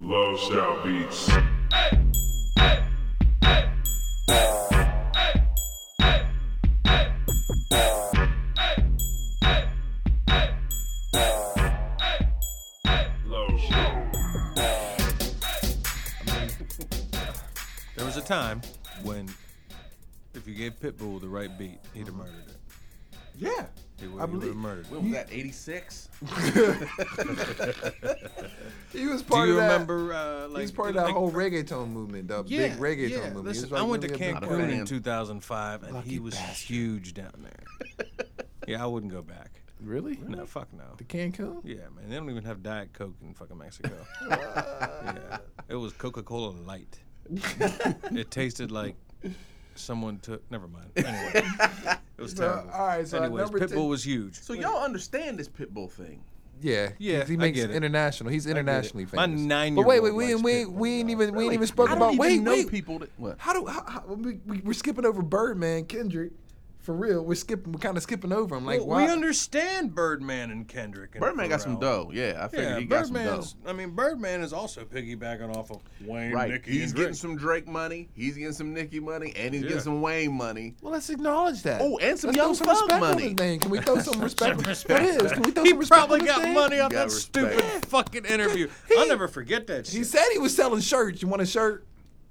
Love Shout Beats. Love Shout. There was a time when if you gave Pitbull the right beat, he'd have murdered it. Yeah. He would I have believe- murdered What it. was that, 86? He was Do part you of that. remember uh, like He's part of you know, that like- whole reggaeton movement, the yeah, big reggaeton yeah. movement. He Listen, was like I went to really a big fan. Cancun in 2005 and he Lucky was bastard. huge down there. yeah, I wouldn't go back. Really? No, fuck no. The Cancun? Yeah, man, they don't even have Diet Coke in fucking Mexico. yeah, it was Coca Cola Light. it tasted like someone took. Never mind. Anyway, it was So, terrible. all right, so at Anyways, number Pitbull ten- was huge. So y'all understand this Pitbull thing. Yeah. Yeah, He I makes get it. international. He's internationally My famous. nine. But wait, wait, we ain't we, we ain't even we ain't even spoke I about don't wait even know wait people that. What? how do how, how, we, we, we're skipping over Birdman Kendrick for real we're skipping we're kind of skipping over him like Well, why we understand Birdman and Kendrick. And Birdman got some Pharrell. dough. Yeah, I figured Yeah, he got some dough. Birdman's. I mean, Birdman is also piggybacking off of Wayne, Right. Nicki, he's and getting Drake. some Drake money. He's getting some Nicki money, and he's Yeah. getting some Wayne money. well let's acknowledge that Oh, and some let's Young throw some Thug respect on money. his name can we throw some respect on what is can we throw He some respect probably on his got name? money off You that got stupid respect. fucking interview. He- I'll never forget that shit. He said he was selling shirts. You want a shirt?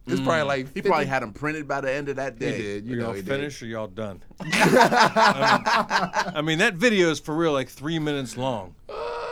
It's probably like 50. He probably had them printed by the end of that He day. did. You Are know y'all he did. finished or y'all done? I, mean, I mean, that video is for real like three minutes long,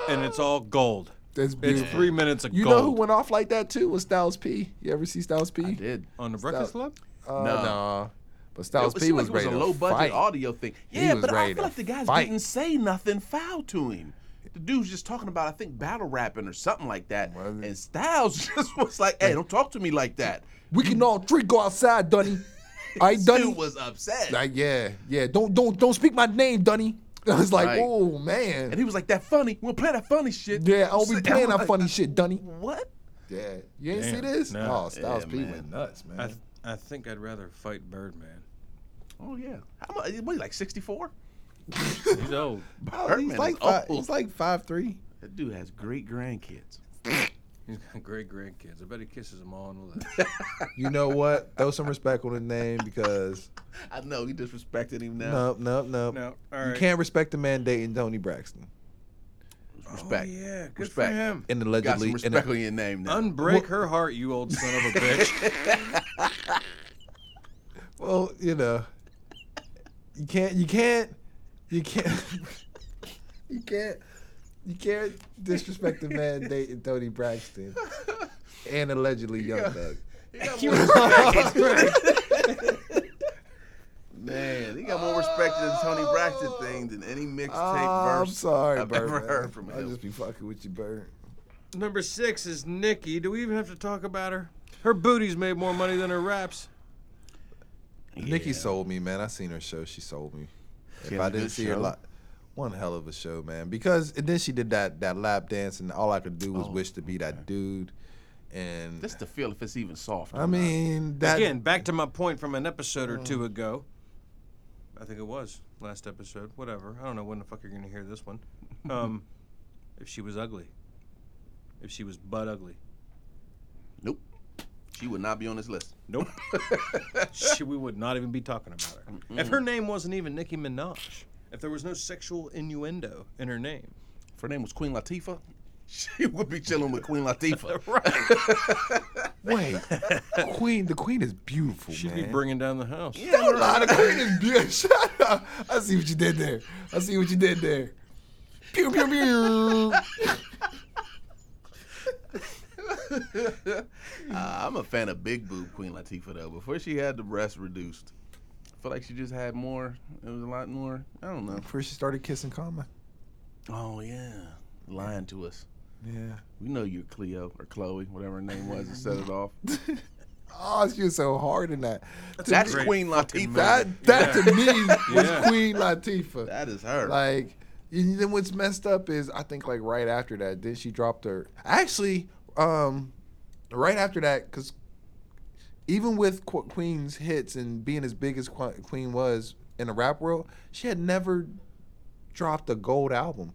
and it's all gold. That's It's beautiful. three minutes of You gold know who went off like that too? Was Styles P. You ever see Styles P? I did. on the Breakfast Club. Uh, No. nah. But It Styles was, P was like it was ready a to low budget fight. audio thing. He Yeah, was but I ready to feel like the guys fight. didn't say nothing foul to him. The dude's just talking about I think battle rapping or something like that, Was it? and Styles just was like, "Hey, don't talk to me like that." We can all three go outside, Dunny. I Dunny. Dude was upset, Like yeah, yeah. Don't don't don't speak my name, Dunny. I was like, Right. oh and man. he was like, "That funny? We'll play that funny shit." Yeah, I'll be Sit- playing I'm that like, funny shit, Dunny. What? Yeah, you ain't see Damn, this? nah. Oh, Styles Yeah, P man. went nuts, man. I, I think I'd rather fight Birdman. Oh yeah. How much? What? Like sixty four? He's old. Oh, Birdman he's is like five, old. he's like five three. That dude has great grandkids. He's got great grandkids. I bet he kisses them all on the lips. You know what? Throw some respect on his name because I know you disrespected him now. nope, nope, nope. No, all right. You can't respect the man dating Tony Braxton Respect. Oh, yeah, good Respect. for him. and Got allegedly some and, respect on your name now. Unbreak her heart, you old son of a bitch. well, you know, you can't, you can't, you can't, you can't, you can't disrespect the man dating Tony Braxton and allegedly Young Thug. Man, he got more respect to the Tony Braxton thing than any mixtape Oh, I'm verse sorry, I've Bird. ever man. heard from I'll him. just be fucking with you, Bird. Number six is Nikki. Do we even have to talk about her? Her booties made more money than her raps. Nikki sold me, man. I seen her show. She sold me. She if had I a didn't good see her show. live, one hell of a show, man. Because and then she did that that lap dance, and all I could do was Oh wish to be that dude. And Just to feel if it's even soft. or I Mm. mean, that Again, back to my point from an episode or two ago. I think it was last episode. Whatever. I don't know when the fuck you're gonna hear this one. Um, if she was ugly, if she was butt ugly, not. nope. She would not be on this list. nope. she, we would not even be talking about her. If her name wasn't even Nicki Minaj, if there was no sexual innuendo in her name, If her name was Queen Latifah, she would be chilling with Queen Latifah. right? wait, Queen. The Queen is beautiful, She'd man. be bringing down the house. Don't lie, the Queen is beautiful. Shut up. I see what you did there. I see what you did there. Pew pew pew. Uh, I'm a fan of Big Boob Queen Latifah though. Before she had the breasts reduced, I feel like she just had more. It was a lot more. I don't know. First, she started kissing Common. Oh yeah, lying to us. Yeah. We know you're Cleo or Chloe, whatever her name was, that set it off. Oh, she was so hard in that. To That's me- great Queen Latifah. That that to me was Yeah. Queen Latifah. that is her. Like, and then what's messed up is I think like right after that, then she dropped her. Actually, um, right after that, because even with Qu- Queen's hits and being as big as Qu- Queen was in the rap world, she had never dropped a gold album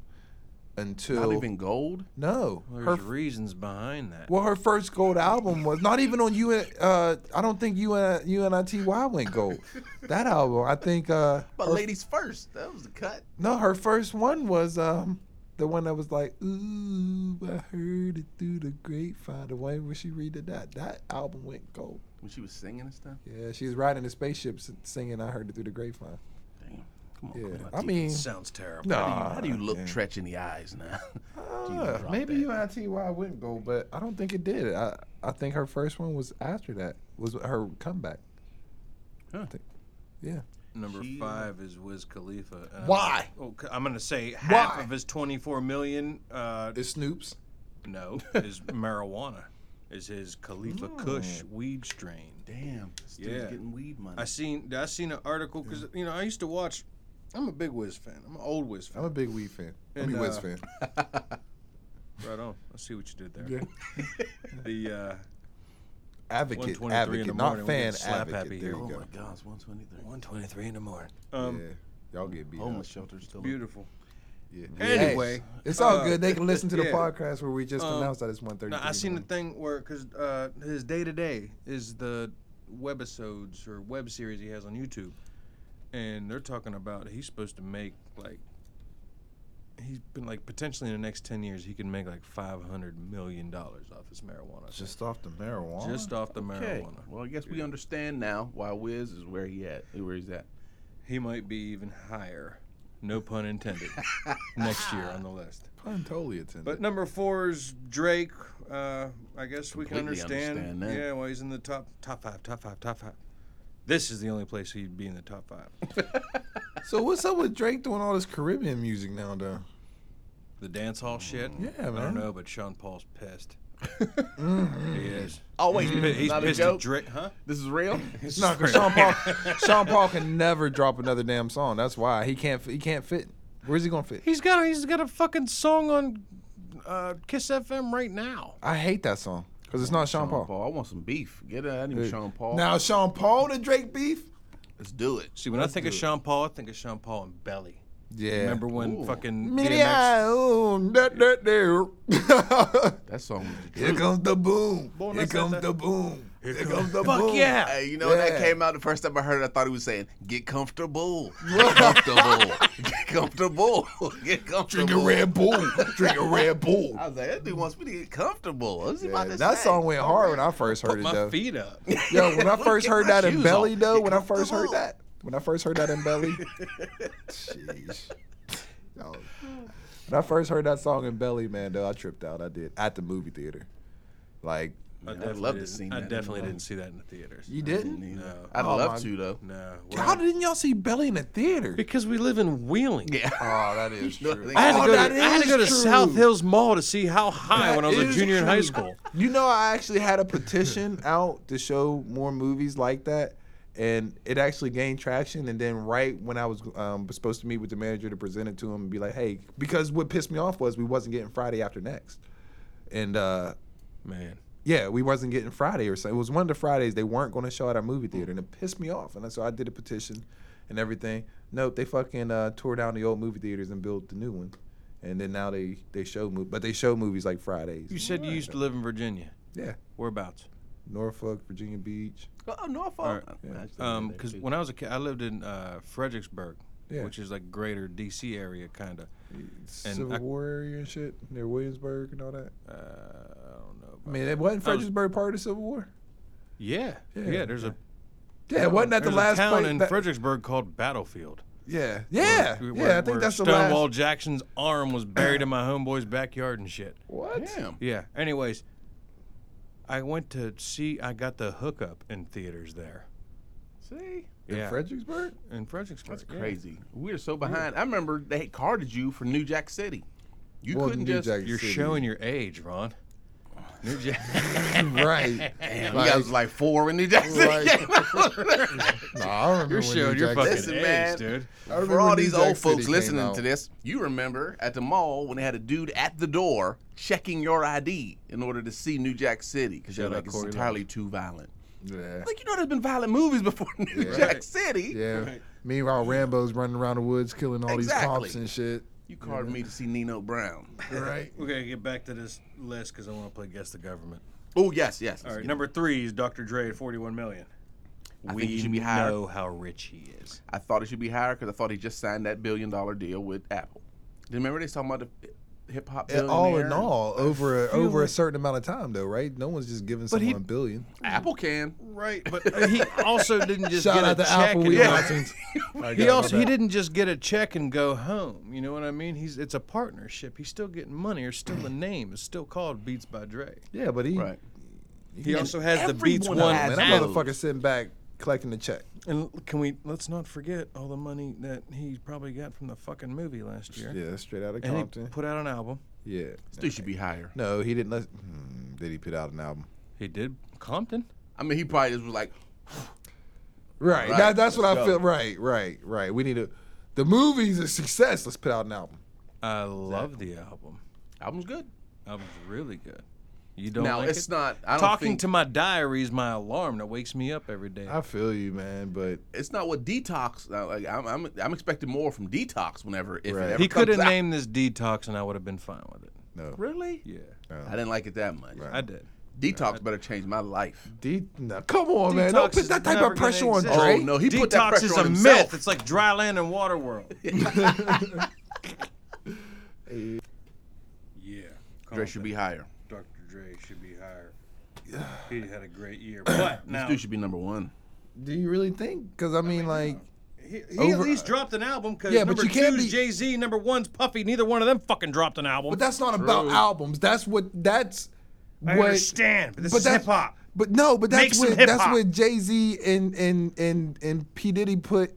until Not even gold. no There's her reasons behind that. Well, her first gold album was not even on UN. Uh, I don't think UN UNITY went gold. That album, I think. Uh, But her- ladies first. That was the cut. no, her first one was um the one that was like, ooh, I heard it through the grapevine. The one where she read it that that album went gold. When she was singing and stuff. Yeah, she's riding the spaceships and singing. I heard it through the grapevine. Damn. Come on. Yeah, Queen I Latifah. mean, sounds terrible. no. How do you look yeah. Tretch in the eyes now? Do you Uh, drop maybe that? UNITY wouldn't go, but I don't think it did. I I think her first one was after that was her comeback. Huh. I think, yeah. Number She- five is Wiz Khalifa. and I'm- Why? Oh, c- I'm going to say half Why? of his 24 million. Uh, It's Snoop's. no, is marijuana. Is his Khalifa Mm. Kush weed strain? Damn. this dude's Yeah. getting weed money. I seen I seen an article because you know I used to watch. I'm a big Wiz fan. I'm an old Wiz fan. I'm a big Weed fan. I mean, And, Wiz uh, fan. Right on. I see what you did there. The uh, 1:23 Advocate, in the advocate, morning, not we fan, get slap advocate. happy there here. you oh go. my God, it's 123. 1:23 in the morning. Um, yeah, y'all get beat Homeless up. shelter still. beautiful. Yeah. Anyway, Hey, it's all uh, good. They can listen to the yeah. podcast where we just Um, announced that it's one thirty. No, I seen the thing where because uh, his day to day is the webisodes or web series he has on YouTube, and they're talking about he's supposed to make like he's been like potentially in the next ten years he can make like five hundred million dollars off his marijuana just, just off the marijuana. just off the Okay. marijuana. Well, I guess we understand now why Wiz is where he at, where he's at. He might be even higher, no pun intended, next year on the list. pun totally attended. But number four is Drake. Uh, I guess we can Completely understand. understand that. Yeah, well, he's in the top top five, top five, top five. This is the only place he'd be in the top five. so what's up with Drake doing all this Caribbean music now, though? The dance hall shit. Yeah, I don't man. know, but Sean Paul's pissed. Mm-hmm. He is. Oh wait, He's, pi- this is he's not a pissed at joke. Drake, huh? This is real. It's not because Sean Paul. Sean Paul can never drop another damn song. That's why he can't. He can't fit. Where's he gonna fit? He's got a, he's got a fucking song on uh, Kiss FM right now. I hate that song because it's not Sean, Paul. I want some beef. Get out of Hey. Sean Paul. Now Sean Paul to Drake beef. let's do it. See, when I think of Sean Paul, I think of Sean Paul and Belly. Yeah. Remember when Ooh. fucking Mini DMX I own that that there. That song was the Here truth. comes the boom. Boy, Here that's comes that- the boom. Here comes the Fuck boom. yeah. Hey, you know when that Yeah. came out the first time I heard it, I thought he was saying, "Get comfortable, get comfortable, get comfortable, get comfortable." Drink a Red Bull. Drink a Red Bull. I was like, that dude wants me to get comfortable. What's he Yeah, about to that say? song went hard when I first put heard it my though. feet up. Yo, when I first Get heard my that in shoes belly off. though, Get when I first heard comfortable. that, when I first heard that in belly, jeez. Yo. When I first heard that song in belly, man, though, I tripped out. I did at the movie theater. Like I I'd definitely love to didn't- seen I that in definitely the didn't see that in the theaters. you Neither. didn't? No. I'd Oh, love my- to though. No. we're How not- didn't y'all see Belly in the theater? Because we live in Wheeling. Yeah. Oh, that is No, true. I I had to Oh, go, that to, I had to, is go to true. South Hills Mall to see how high when I was a is junior in high true. school. You know, I actually had a petition out to show more movies like that, and it actually gained traction. And then, right when I was um, supposed to meet with the manager to present it to him and be like, "Hey," because what pissed me off was we wasn't getting Friday after next, and uh, Man. yeah, we wasn't getting Friday or something. It was one of the Fridays they weren't going to show at our movie theater, and it pissed me off. And so I did a petition and everything. Nope, they fucking uh, tore down the old movie theaters and built the new one. And then now they they show mo- but they show movies like Fridays. You said you used to live in Virginia. Yeah. Whereabouts? Norfolk, Virginia Beach. Oh, no, I All thought. right. I just Um, did that because too. when I was a kid, I lived in uh, Fredericksburg, Yeah. which is like greater D.C. area, kind of. Civil I- War area and shit near Williamsburg and all that. Uh, I don't know. I About mean, it wasn't I was- Fredericksburg part of the Civil War. yeah, yeah. Yeah, there's a Yeah, it wasn't that the there's last a town place in that- Fredericksburg called Battlefield. Yeah, yeah, Where- yeah. where- I think where that's the last. Stonewall Jackson's arm was buried in my homeboy's backyard and shit. What? Damn. Yeah. Anyways, I went to see. I got the hookup in theaters there. See, In yeah, Fredericksburg? in Fredericksburg. that's yeah. crazy. We're so behind. I remember they carded you for New Jack City. You Well, couldn't New just. Jack You're City. showing your age, Ron. New Jack. right. Damn, Like- you guys was like four when New Jack City Right. came out. No, I remember. You're when showing New your Jack fucking City- Listen, age, man. dude. I remember For all when these New Jack old folks City came listening out. to this, you remember at the mall when they had a dude at the door checking your ID in order to see New Jack City because they're Shout out like, it's Corey entirely too violent. Yeah. Like, you know, there's been violent movies before New Yeah. Jack Right. City. Yeah. Meanwhile, Rambo's running around the woods killing all these Exactly. cops and shit. You called me to see Nino Brown. right? We're gonna get back to this list because I want to play guess the government. Oh yes, yes. All right, number three is Dr. Dre at 41 million. I we think he should be higher. know how rich he is. I thought it should be higher because I thought he just signed that billion dollar deal with Apple. Do you remember they was talking about the hip hop? All in billionaire? all, over a, feel over a like- certain amount of time though, right? No one's just giving But someone he- a billion. Apple can. Right, but he also didn't just Shout get out a to check. Apple. and We go- iTunes. I He got also my he bad. didn't just get a check and go home. You know what I mean? He's it's a partnership. He's still getting money. Or still the name is still called Beats by Dre. Yeah, but he Right. He also has the Beats everyone One has man, that Apple. app. motherfucker sitting back collecting the check. And can we let's not forget all the money that he probably got from the fucking movie last year. Yeah, straight out of And he Compton. put out an album. Yeah. Still should be higher. No, he didn't. Let, hmm, did he put out an album? He did Compton. I mean, he probably just was like, Right. Right. That, that's what Let's I go. feel. Right. Right. Right. We need to. The movie's a success. Let's put out an album. I love the album. "Album's good." Album's really good. You don't now like it's it? not. I don't Talking think, to my diary is my alarm that wakes me up every day. I feel you, man. But It's not what detox. uh, Like I'm, I'm, I'm expecting more from detox. Whenever if it Right. ever he could have comes out. named this detox, and I would have been fine with it. no. Really? Yeah, I didn't like it that much. I did. Detox better change my life. D, no. Come on, man. Don't Detox put is that type never of gonna pressure on exist. Dre. Oh, no, he detox put that pressure is on a himself. myth. It's like dry land and water world. yeah, Dre should be higher. Dr. Dre should be higher. He had a great year, but This now dude should be number one. Do you really think? Because I mean, like, he, he over- at least dropped an album because Yeah, but number you can't two's be- Jay Z, number one's Puffy. Neither one of them fucking dropped an album. but that's not about albums. That's what. That's I what. understand, but this but is that's- hip hop. But no, but Make that's some what that's hip-hop. what Jay Z and and and and P Diddy put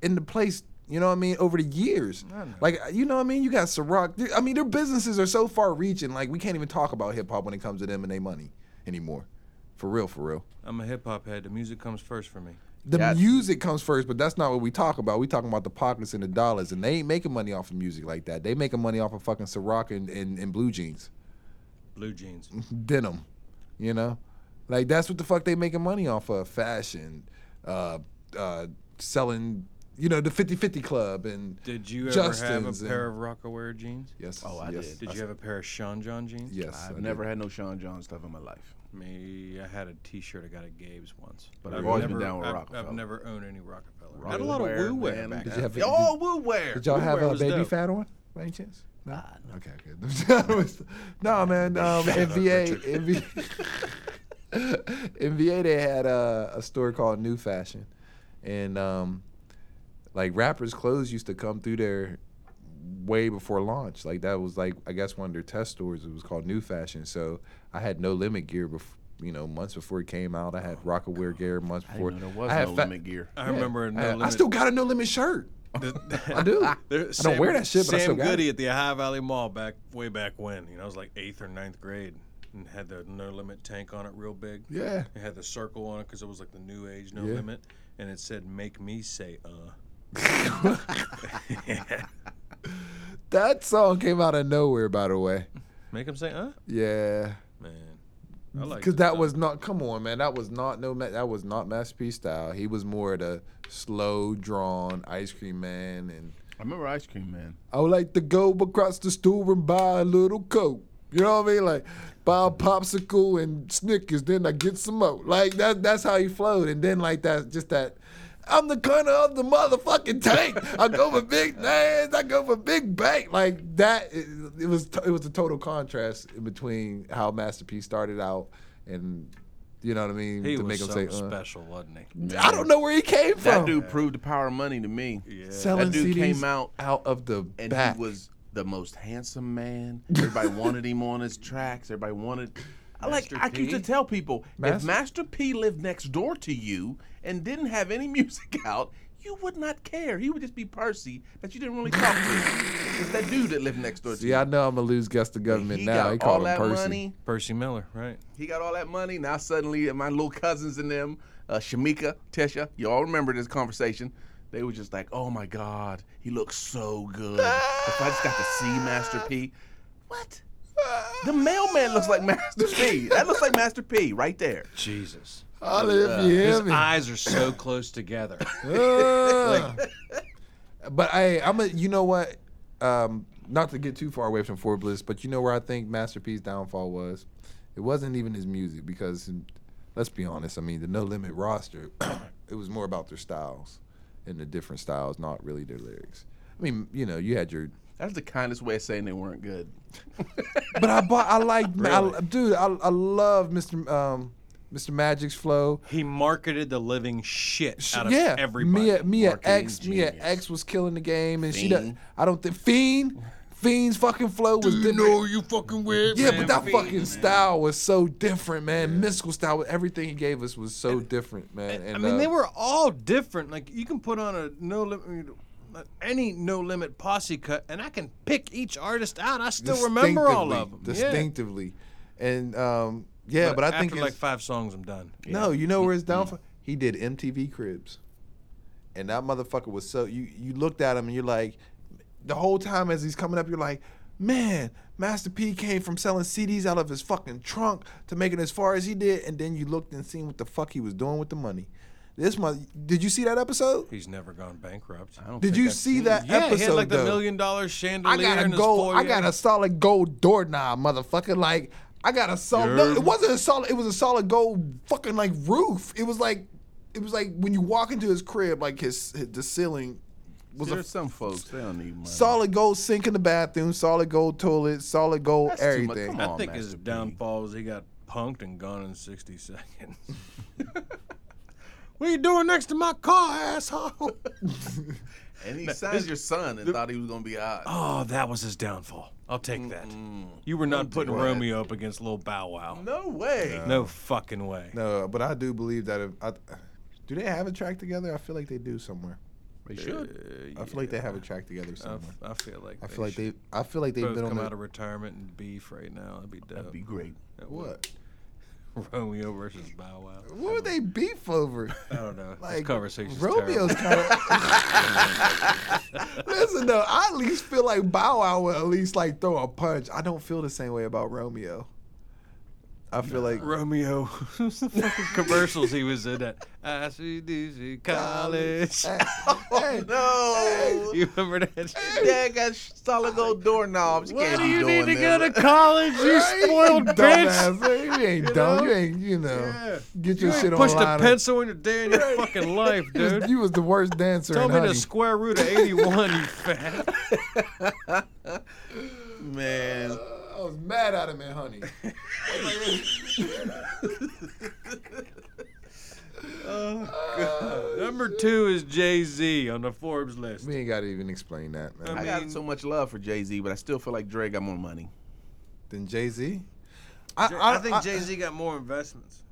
into place. You know what I mean? Over the years, like you know what I mean? You got Ciroc. They- I mean, their businesses are so far reaching. Like we can't even talk about hip hop when it comes to them and their money anymore. For real, for real. I'm a hip hop head. The music comes first for me. The That's- music comes first, but that's not what we talk about. We talking about the pockets and the dollars, and they ain't making money off of music like that. They making money off of fucking Ciroc and, and, and blue jeans, Blue jeans. denim, you know, like that's what the fuck they making money off of. Fashion, uh, uh, selling, you know, the 50-50 club and Did you ever Justin's have a and- pair of Rockaware jeans? yes, Oh, I yes, did. Did you have a pair of Sean John jeans? Yes, I I've did. never had no Sean John stuff in my life. Me, I had a T-shirt I got at Gabe's once, but I've I've always never, been down with I've, Rockefeller. I've never owned any Rockefeller. Rock Got a lot of wear, woo wear man. back. Did then. you have- oh, woo wear. Did y'all have Footwear a was baby dope. fat on by any chance? No. Okay, okay. no, man. Um, NBA, NBA, NBA, they had a, a store called New Fashion, and um, like rappers' clothes used to come through there way before launch. Like that was like I guess one of their test stores. It was called New Fashion. So I had no limit gear before. You know, months before it came out, I had Rock Aware gear. Months I before, didn't know there was I had no fa- limit gear. I yeah, remember. No I, limit. I still got a No Limit shirt. I do. There- I don't wear that shit, but I Sam still got it. Goody at the High Valley Mall back way back when. You know, I was like eighth or ninth grade and had the No Limit tank on it, real big. Yeah. It had the circle on it because it was like the new age No Yeah. Limit, and it said "Make me say uh." That song came out of nowhere, by the way. Make him say uh, Yeah, man. I like because that was not. Come on, man. That was not no. Ma- That was not masterpiece style. He was more of the slow drawn ice cream man, and I remember Ice Cream Man. I would like to go across the store and buy a little coke. You know what I mean? Like buy a popsicle and Snickers, then I get some more. Like that. That's how he flowed, and then like that, just that. I'm the corner of the motherfucking tank. I go for big names. I go for big bank. Like that. It, it was. It was a total contrast in between how Masterpiece started out and. You know what I mean? He to was make him say, something uh. special, wasn't he? I don't know where he came from. That dude proved the power of money to me. Yeah. Selling that dude CDs came out out of the and back. he was the most handsome man. Everybody wanted him on his tracks. Everybody wanted. I like. Master I used P? to tell people if Master- Master P lived next door to you and didn't have any music out, you would not care. He would just be Percy that you didn't really talk to. It's that dude that lived next door to See, I know I'm gonna lose Gus the you. government He now. He got called all him that Percy. money. Percy Miller, right? He got all that money. Now suddenly, my little cousins and them, uh, Shamika, Tesha, y'all remember this conversation? They were just like, "Oh my God, he looks so good." if I just got to see Master P, what? The mailman looks like Master P. That looks like Master P right there. Jesus. Holla if you hear His me. eyes are so close together. Ah. Uh. but I, I'm a. You know what? Um, not to get too far away from Fort Bliss, but you know where I think Master P's downfall was? It wasn't even his music because, let's be honest, I mean, the No Limit roster, it was more about their styles and the different styles, not really their lyrics. I mean, you know, you had your. That's the kindest way of saying they weren't good. But I bought, I like, I, Really? dude, I, I love Mr. Um, Mr. Magic's flow. He marketed the living shit out of yeah, uh, everybody. Mia, Mia Marketing X, Mia genius. X was killing the game, and she Fiend. doesn't. I don't think Fiend, Fiend's fucking flow was different. you fucking weird. yeah, but that fucking style was so different, man. Mystical style, everything he gave us was so different, man. And, I mean, uh, they were all different. Like you can put on a no limit, any no limit posse cut, and I can pick each artist out. I still remember all of them. distinctively- distinctively, and um, yeah, but, I think after it's- like five songs, I'm done. No, you know where it's downfall? He did MTV Cribs, and that motherfucker was so you you looked at him and you're like, the whole time as he's coming up, you're like, man, Master P came from selling CDs out of his fucking trunk to making as far as he did, and then you looked and seen what the fuck he was doing with the money. This month, did you see that episode? He's never gone bankrupt. I don't Did think you I've see seen that Yeah, episode he had like the though? million dollar I chandelier. got a in his gold. I foyer. got a solid gold doorknob, motherfucker. Like I got a solid. No, Yeah. it wasn't a solid. It was a solid gold fucking like roof. It was like, it was like when you walk into his crib, like his, his the ceiling was There's a some folks they don't need money. solid gold sink in the bathroom, solid gold toilet, solid gold That's too much. everything. Come on. I think his Master P. downfall was he got punked and gone in 60 seconds. what are you doing next to my car, asshole? And he signed your son and thought he was gonna be odd. Oh, that was his downfall. I'll take that. You were not putting Romeo up against Lil Bow Wow. No way. No fucking way. No, but I do believe that if I, do they have a track together? I feel like they do somewhere. They should. I feel like they have a track together I, somewhere. f- I feel like I feel like should they. I feel like they've both been on come the, out of retirement and beef right now. That'd be dope. That'd be great. That would- what? Romeo versus Bow Wow. What would they beef over? I don't know. Like, this conversation's Romeo's terrible. kind of. Listen though, I at least feel like Bow Wow would at least like throw a punch. I don't feel the same way about Romeo. I feel like Romeo. Who's the fucking commercials he was in at? ICDC College. Hey, No. You remember that? shit? Dad got sh- solid gold doorknobs. You Why can't do be you need to doing go that. to college, you spoiled bitch? dumbass. Hey, You ain't dumb. You ain't you know. Yeah. Get You your ain't shit pushed a online. pencil in your day in your fucking life, You was- dude. You was the worst dancer. Tell in me honey. the square root of 81, you fat. Man, Uh, I was mad at him, man, honey. Uh, Number two is Jay Z on the Forbes list. we ain't gotta even explain that, man. I got so much love for Jay Z, but I still feel like Dre got more money. Then Jay Z. Jay Z got more investments.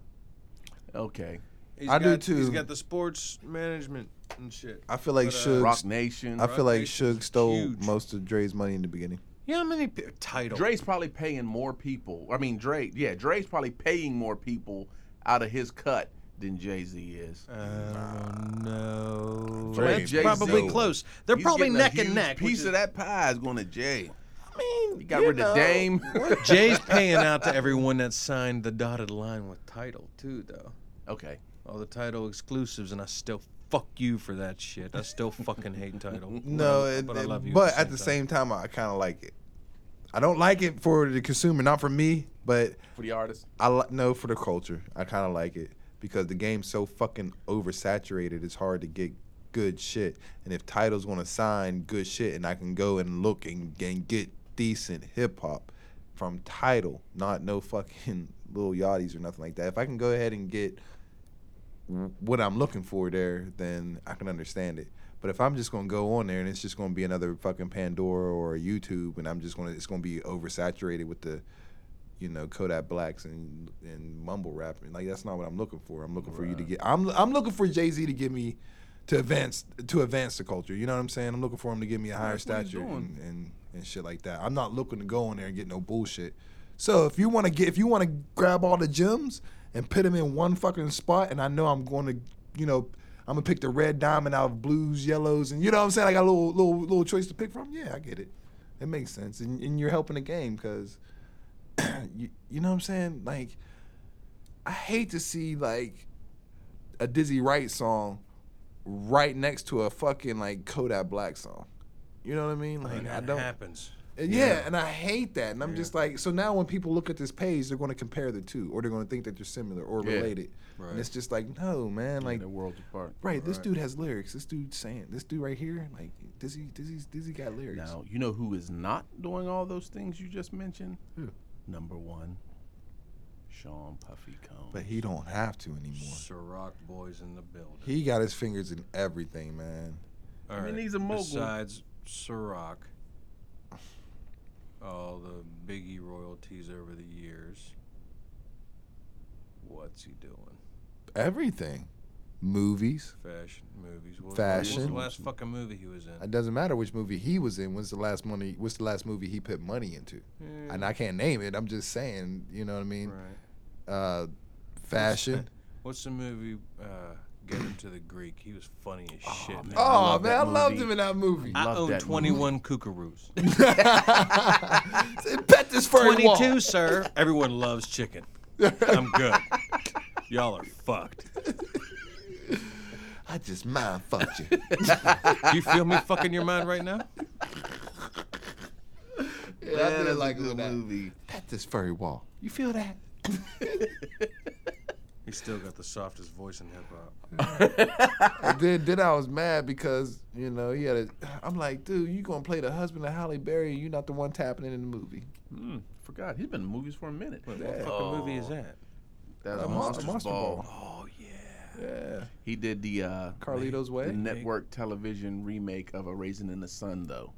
Okay, He's I do got- He's too. got the sports management and shit. I feel like But, uh, Suge. Rock Nation. I feel like Nation's Suge stole huge. most of Dre's money in the beginning. You know how many p- title? Dre's probably paying more people. I mean, Dre. Yeah, Dre's probably paying more people out of his cut than Jay Z is. Oh, no. Dre Oh, That's ain't paying probably no- close. They're He's probably getting a neck huge and neck. which Piece is- of that pie is going to Jay. I mean, He got rid of Dame. Jay's paying out to everyone that signed the dotted line with title too, though. okay. All the title exclusives, and I still fuck you for that shit. I still fucking hate title. No, it- it- but but, I love you. at the same time, I kind of like it. I don't like it for the consumer, not for me, but For the artist. I li- no for the culture. I kind of like it because the game's so fucking oversaturated. It's hard to get good shit, and if titles want to sign good shit, and I can go and look and, and get decent hip hop from title, not no fucking little yachties or nothing like that. If I can go ahead and get what I'm looking for there, then I can understand it. But if I'm just gonna go on there and it's just gonna be another fucking Pandora or YouTube, and I'm just gonna it's gonna be oversaturated with the, you know, Kodak Blacks and and mumble rapping, like that's not what I'm looking for. I'm looking for you to get. I'm I'm looking for Jay Z to give me, to advance to advance the culture. You know what I'm saying? I'm looking for him to give me a higher That's what he's stature doing. and, and and shit like that. I'm not looking to go in there and get no bullshit. So if you want to get, if you want to grab all the gems and put them in one fucking spot, and I know I'm going to, you know, I'm gonna pick the red diamond out of blues, yellows, and you know what I'm saying. I got a little little little choice to pick from. Yeah, I get it. It makes sense, and, and you're helping the game because, you you know what I'm saying. Like, I hate to see like a Dizzy Wright song right next to a fucking like Kodak Black song. You know what I mean? Like I that don't. happens. And yeah. and I hate that. And I'm just like, so now when people look at this page, they're going to compare the two, or they're going to think that they're similar or Yeah. related. Right. And it's just like, no, man, like, They're worlds apart. right, this Right. dude has lyrics. This dude saying, this dude right here, like, does he, does he, does he got lyrics? Now, you know who is not doing all those things you just mentioned? Who? Number one, Sean Puffy Combs. But he don't have to anymore. Ciroc boys in the building. He got his fingers in everything, man. All I mean, right, he's a mogul. Besides Ciroc, all the Biggie royalties over the years. What's he doing? Everything, movies. Fashion movies. What was- what was Fashion. the last fucking movie he was in? It doesn't matter which movie he was in. What's the last money? What's the last movie he put money into? Eh, And I can't name it. I'm just saying. You know what I mean? right. Uh, fashion. What's the movie? Uh, Get him to the Greek. He was funny as shit. man. I, Oh love man, that I loved movie. him in that movie. I love Oh, own that 21 kookaroos. Said, Pet this furry wall." 22, sir. Everyone loves chicken. I'm good. Y'all are fucked. I just mind fucked you. Do you feel me fucking your mind right now? yeah, I did like it with that. Pet this furry wall. You feel that? He still got the softest voice in hip hop. And then, then I was mad because you know he had a. I'm like, dude, you gonna play the husband of Halle Berry? and You not the one tapping it in the movie. Mm, forgot. He's been in movies for a minute. What, what Yeah. fucking movie is that? That was Uh, Mon- Monsters Monster Ball. Ball. Oh yeah. Yeah, He did the uh, Carlito's the Way. network television remake of A Raisin in the Sun, though.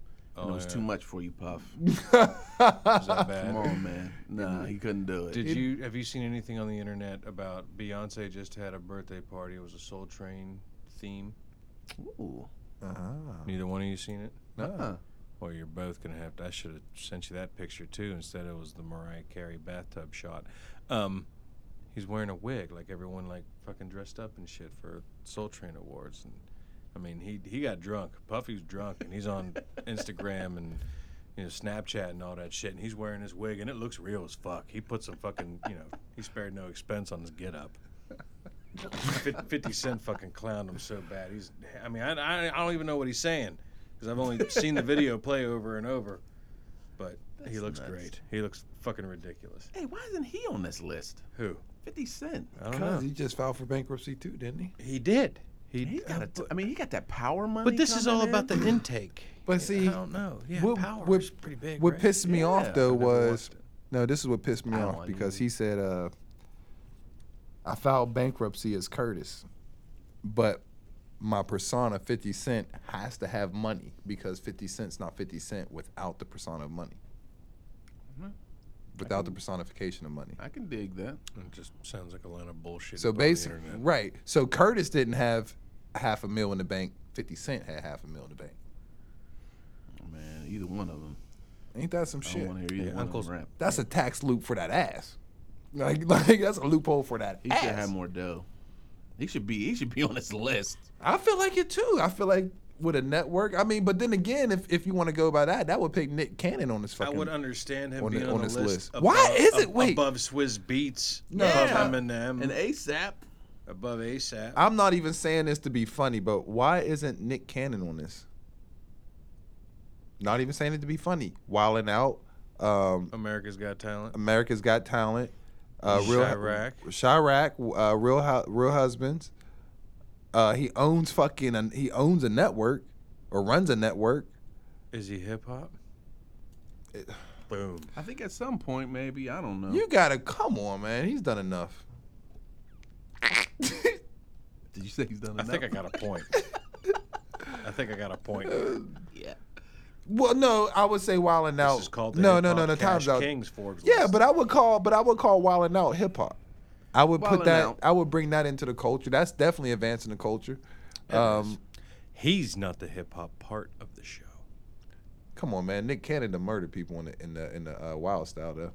Oh, and it was yeah. too much for you, Puff. Is that bad? Come on, man. Nah, he couldn't do it. Did you have you seen anything on the internet about Beyonce just had a birthday party? It was a Soul Train theme. Ooh. Ah. Neither one of you seen it? Uh-uh. Well, you're both gonna have to. I should have sent you that picture too. Instead, it was the Mariah Carey bathtub shot. Um, he's wearing a wig, like everyone, like fucking dressed up and shit for Soul Train Awards. And I mean, he he got drunk. Puffy's drunk, and he's on Instagram and you know Snapchat and all that shit. And he's wearing his wig, and it looks real as fuck. He put some fucking, you know, he spared no expense on his get up. Fif- Fifty Cent fucking clowned him so bad. He's, I mean, I, I, I don't even know what he's saying because I've only seen the video play over and over. But he That's looks nuts. great. He looks fucking ridiculous. Hey, why isn't he on this list? Who? 50 Cent. I don't Cause know. he just filed for bankruptcy too, didn't he? He did. He, He got uh, a t- I mean, he got that power money. But this is coming all in. about the intake. But see, I don't know. Yeah, what- power what- is pretty big. What right? pissed me Yeah, off I though never was watched it. no, this is what pissed me I don't off want because either. he said, uh, "I filed bankruptcy as Curtis, but my persona Fifty Cent has to have money because Fifty Cent's not Fifty Cent without the persona of money, Mm-hmm. Mhm. without the personification of money." I can dig that. It just sounds like a line of bullshit. So up on the basically, internet. right? So Curtis didn't have half a mil in the bank. Fifty Cent had half a mil in the bank. Oh, Man, either one of them. Ain't that some I shit? don't want to hear either Yeah, one Uncle's- of them rap. That's a tax loop for that ass. Like, like that's a loophole for that He ass. should have more dough. He should be. He should be on this list. I feel like it too. I feel like with a network. I mean, but then again, if, if you want to go by that, that would pick Nick Cannon on this I fucking. would understand him on the- being on on the this list. list. Why is it- ab- wait. above Swizz Beats, No. above Yeah. Eminem, And ASAP. above ASAP? I'm not even saying this to be funny, but why isn't Nick Cannon on this? Not even saying it to be funny. Wildin' out. Um, America's Got Talent. America's Got Talent. Uh, Real Chirac. Chirac. Uh, Real Hu- Real Husbands. Uh, he owns fucking. An, he owns a network, or runs a network. Is he hip hop? It- Boom. I think at some point, maybe I Oh. don't know. You gotta come on, man. He's done enough. Did you say he's done I enough? think I got a point. I think I got a point. Uh, Yeah. Well, no, I would say wildin' out. This is called the no, hip no, hop no, no. Cash Time's out. Kings Forbes. Yeah, list. but I would call, but I would call wildin' out hip hop. I would Wildin' put that. Out. I would bring that into the culture. That's definitely advancing the culture. Um, he's not the hip hop part of the show. come on, man. Nick Cannon to murder people in the in the in the uh, wild style though.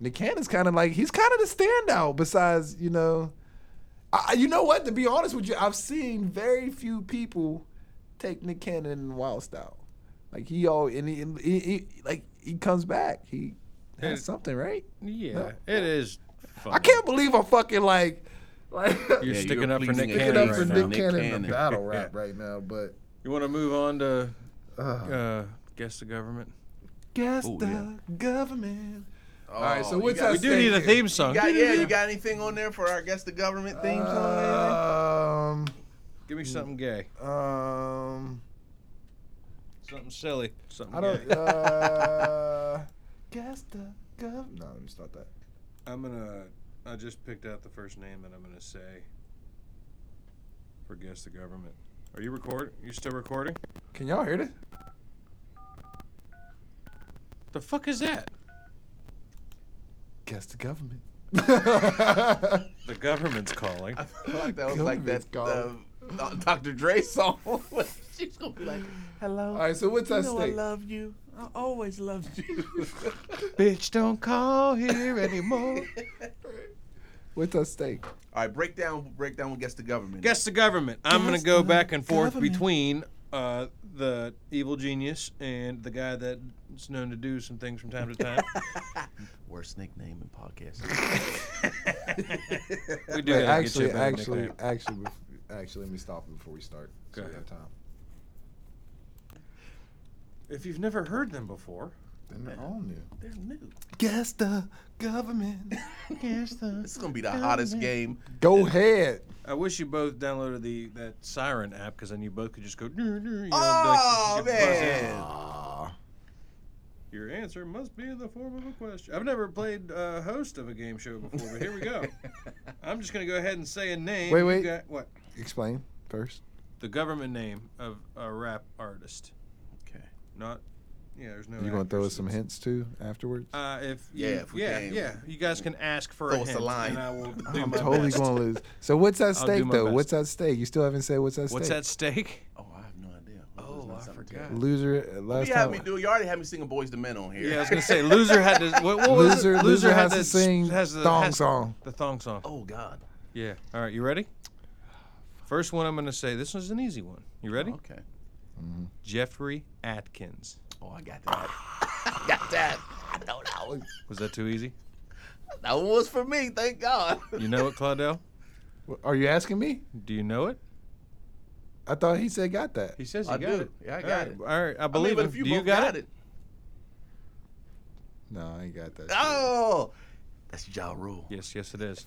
Nick Cannon's kind of like he's kind of the standout. Besides, you know, I, I- you know what? To be honest with you, I've seen very few people take Nick Cannon in wild style. Like he all and he, and he, he like he comes back. He has It- something, right? Yeah, No. it is. Funny. I can't believe I'm fucking like like You're Yeah, sticking you're up for pleasing Nick it. picking Cannon up Nick for right now. Nick Nick Cannon in the Cannon. battle rap right now. But You want to move on to uh, uh, guess the government? Guess Ooh, the yeah. government. All right, so what's We our do need a theme song. Got, yeah, you got anything on there for our guess the government theme song? Um, Give me something gay, um, something silly, something. I don't. gay. Uh, guess the government. No, let me start that. I'm gonna. I just picked out the first name that I'm gonna say. For guess the government. Are you record? You still recording? Can y'all hear it? The fuck is that? Guess the government. The government's calling. I thought that was like that Government's gone. uh, Dr. Dre song. She's gonna be like, "Hello, All right, so what's you our know I state? love you. I always loved you." Bitch, don't call here anymore. What's our state? All right, break down, break down. We'll guess the government. Guess the government. I'm going to go back and forth between uh, the evil genius and the guy that's known to do some things from time to time. Worst nickname in podcasting. we do Wait, gotta get actually, you a better actually, nickname. actually, bef- actually, let me stop it before we start. Go so we ahead. have time. If you've never heard them before, Then they're all new. They're new. Guess the government. This is gonna be the hottest game. Go ahead. I wish you both downloaded the that siren app because then you both could just go. "Doo, doo," You know, Oh like, you could buzz in. man! Ah, Your answer must be in the form of a question. I've never played uh, host of a game show before, but here we go. I'm just going to go ahead and say a name. Wait, You wait. got- what? explain first. The government name of a rap artist. Okay. Not. Yeah, there's no. you gonna throw us actors. some hints too afterwards? Uh, if Yeah, you- if we yeah, can. yeah, you guys can ask for Throw a us a hint, line. and I will do I'm my totally best. gonna lose. So what's at do stake my though? best. What's at stake? You still haven't said what's at What's stake. at stake? Oh, I have no idea. Oh, I forgot. Loser. uh, What Last you time. had me do? You already had me singing "Boys to Men" on here. Yeah, I was gonna say loser had to. What, what was Loser- it? loser had has to s- sing has the- thong has- song. The thong song. Oh God. Yeah. All right, you ready? First one I'm gonna say. This one's an easy one. You ready? Okay. Jeffrey Atkins. Oh, I got that. I got that. I know that one. Was that too easy? That one was for me. Thank God. You know it, Claudel? W- Are you asking me? Do you know it? I thought he said got that. He says you I got do. it. Yeah, I All got right, it. All right, I I mean, believe but him. if you Do you both got, it? No, I ain't got that. Ah, Oh, that's Ja Rule. Yes, yes, it is.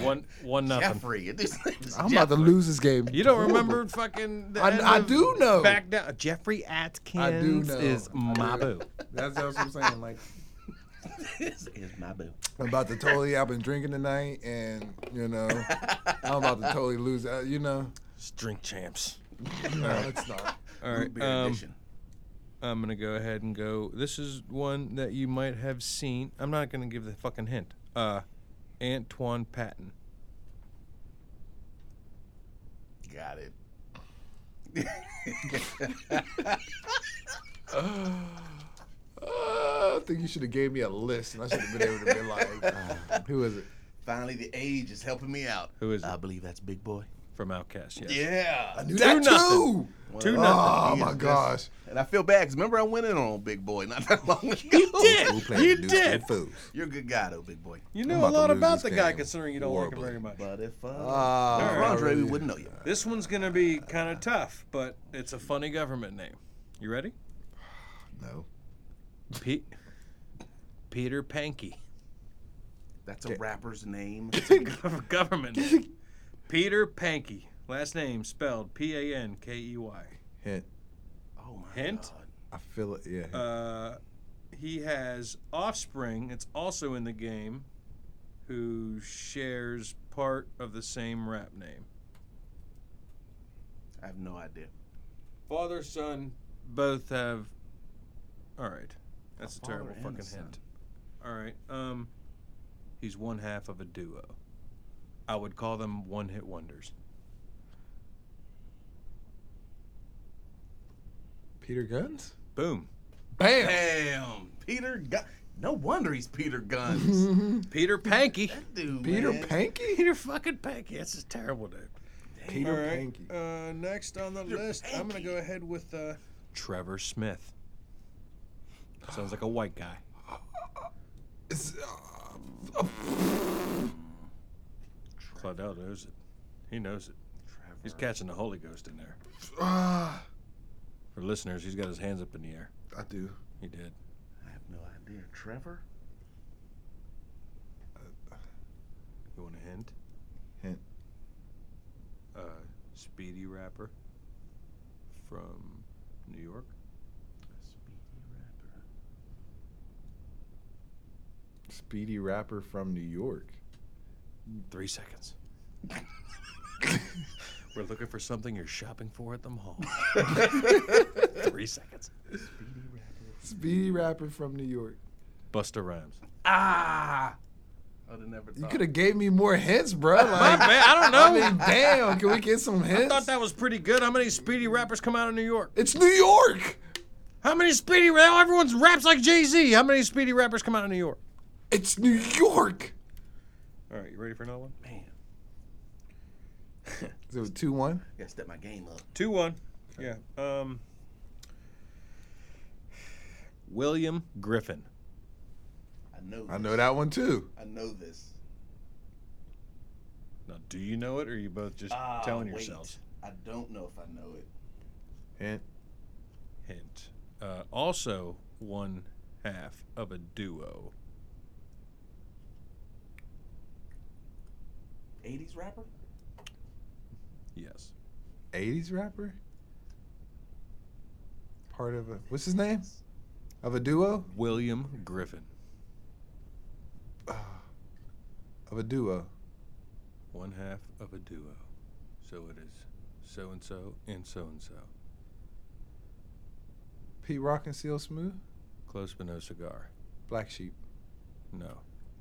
one, one nothing. Jeffrey. This name's I'm about to Jeffrey. lose this game. You don't remember fucking? The I- end I of do know. Back down. Jeffrey Atkins know. is my boo. That's what I'm saying. Like this is my boo. I'm about to totally. I've been drinking tonight, and you know, I'm about to totally lose. Uh, you know, It's drink champs. no, it's not. All Root right. beer Um, edition. I'm gonna go ahead and go. This is one that you might have seen. I'm not gonna give the fucking hint. Uh, Antoine Patton. Got it. Uh, I think you should have gave me a list, and I should have been able to be like, ah, who is it? Finally, the age is helping me out. Who is I it? believe that's Big Boy. From Outkast. Yes. Yeah. I knew Two that nothing. too. Two nothing. Oh He my is gosh. And I feel bad because remember I went in on Big Boy not that long ago. You did. You did. You're a good guy though, Big Boy. You I'm know about a to lot lose about this the guy game considering you don't like him horribly. very much. But if uh, Ah, for Andre, we really? wouldn't know you. This one's gonna be kind of tough, but it's a funny government name. You ready? No. Pete. Peter Pankey. That's a rapper's name. Gov- government name. Peter Pankey. Last name spelled P A N K E Y. Hint. Oh my Hint? God. I feel it. Yeah. Uh, he has offspring. It's also in the game, who shares part of the same rap name. I have no idea. Father son both have. All right, that's a father terrible and a fucking son. hint. All right, um, he's one half of a duo. I would call them one hit wonders. Peter Guns. Boom. Bam. Damn, Peter Gun. No wonder he's Peter Guns. Peter Pankey. Dude, Peter man. Pankey. Peter fucking Pankey. That's a terrible name. Peter All right, Pankey. Uh, next on the list, I'm gonna go ahead with uh, Trevor Smith. Sounds like a white guy. It's- uh, Claudel knows it. He knows it. He's catching the Holy Ghost in there. ah, For listeners, he's got his hands up in the air. I do. He did. No idea. Trevor? You want a hint? Hint. Uh, speedy rapper from New York. A Speedy speedy rapper. rapper from New York. Three seconds. We're looking for something you're shopping for at the mall. Three seconds. Speedy rapper from New York. Buster Rhymes. Ah! I would have never You thought. could have gave me more hints, bro. Like, bad, I don't know. I mean, damn. Can we get some hints? I thought that was pretty good. How many speedy rappers come out of New York? it's New York. How many speedy rappers? Everyone's raps like Jay Z. How many speedy rappers come out of New York? It's New York. All right, you ready for another one? Man, Is it two one? I gotta step my game up. Two one. Yeah. Um. William Griffin. I know. I this. know that one too. I know this. Now, do you know it, or are you both just Ah, telling wait. yourselves? I don't know if I know it. Hint. Hint. Uh, also, one half of a duo. 80s rapper? Yes. Eighties rapper. Part of a what's his name? Of a duo? William Griffin. uh, Of a duo. One half of a duo. So it is so and so and so and so. Pete Rock and Seal Smooth. Close but no cigar. Black Sheep. No.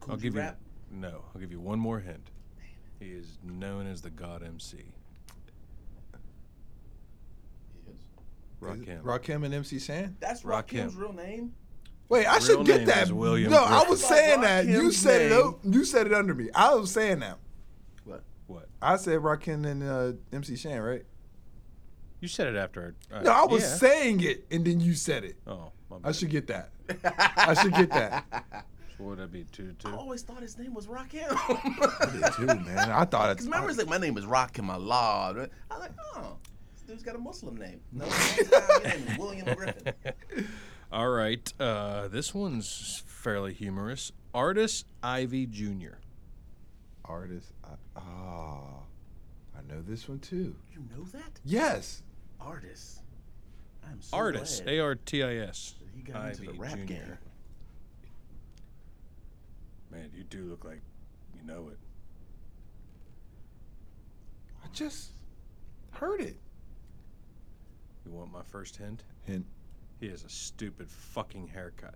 Cool I'll G give rap? you no. I'll give you one more hint. He is known as the God MC. Yes. Rakim. Rakim and MC Shan. That's Rakim. Rakim's real name? Wait, I Real should get name that. is William no, I Griffin. was saying that. You Rakim's said it. name. o- You said it under me. I was saying that. What? What? I said Rakim and uh, MC Shan, right? You said it after. I- No, I was Uh, yeah. saying it, and then you said it. Oh, my bad. I should get that. I should get that. So what would that be? Two I two. always thought his name was Rakim. Too man. I thought it's. Because remember, it's like, my name is Rakim Allah. right? I was like, oh, this dude's got a Muslim name. No, his name is William Griffin. All right. Uh, this one's fairly humorous. Artist Ivy Jr. artist. I, oh, I know this one too. You know that? Yes, Artist. I'm so Artist. glad A R T I S. that he got Ivy into the rap Jr. game. Man, you do look like you know it. I just heard it. You want my first hint? Hint. He has a stupid fucking haircut.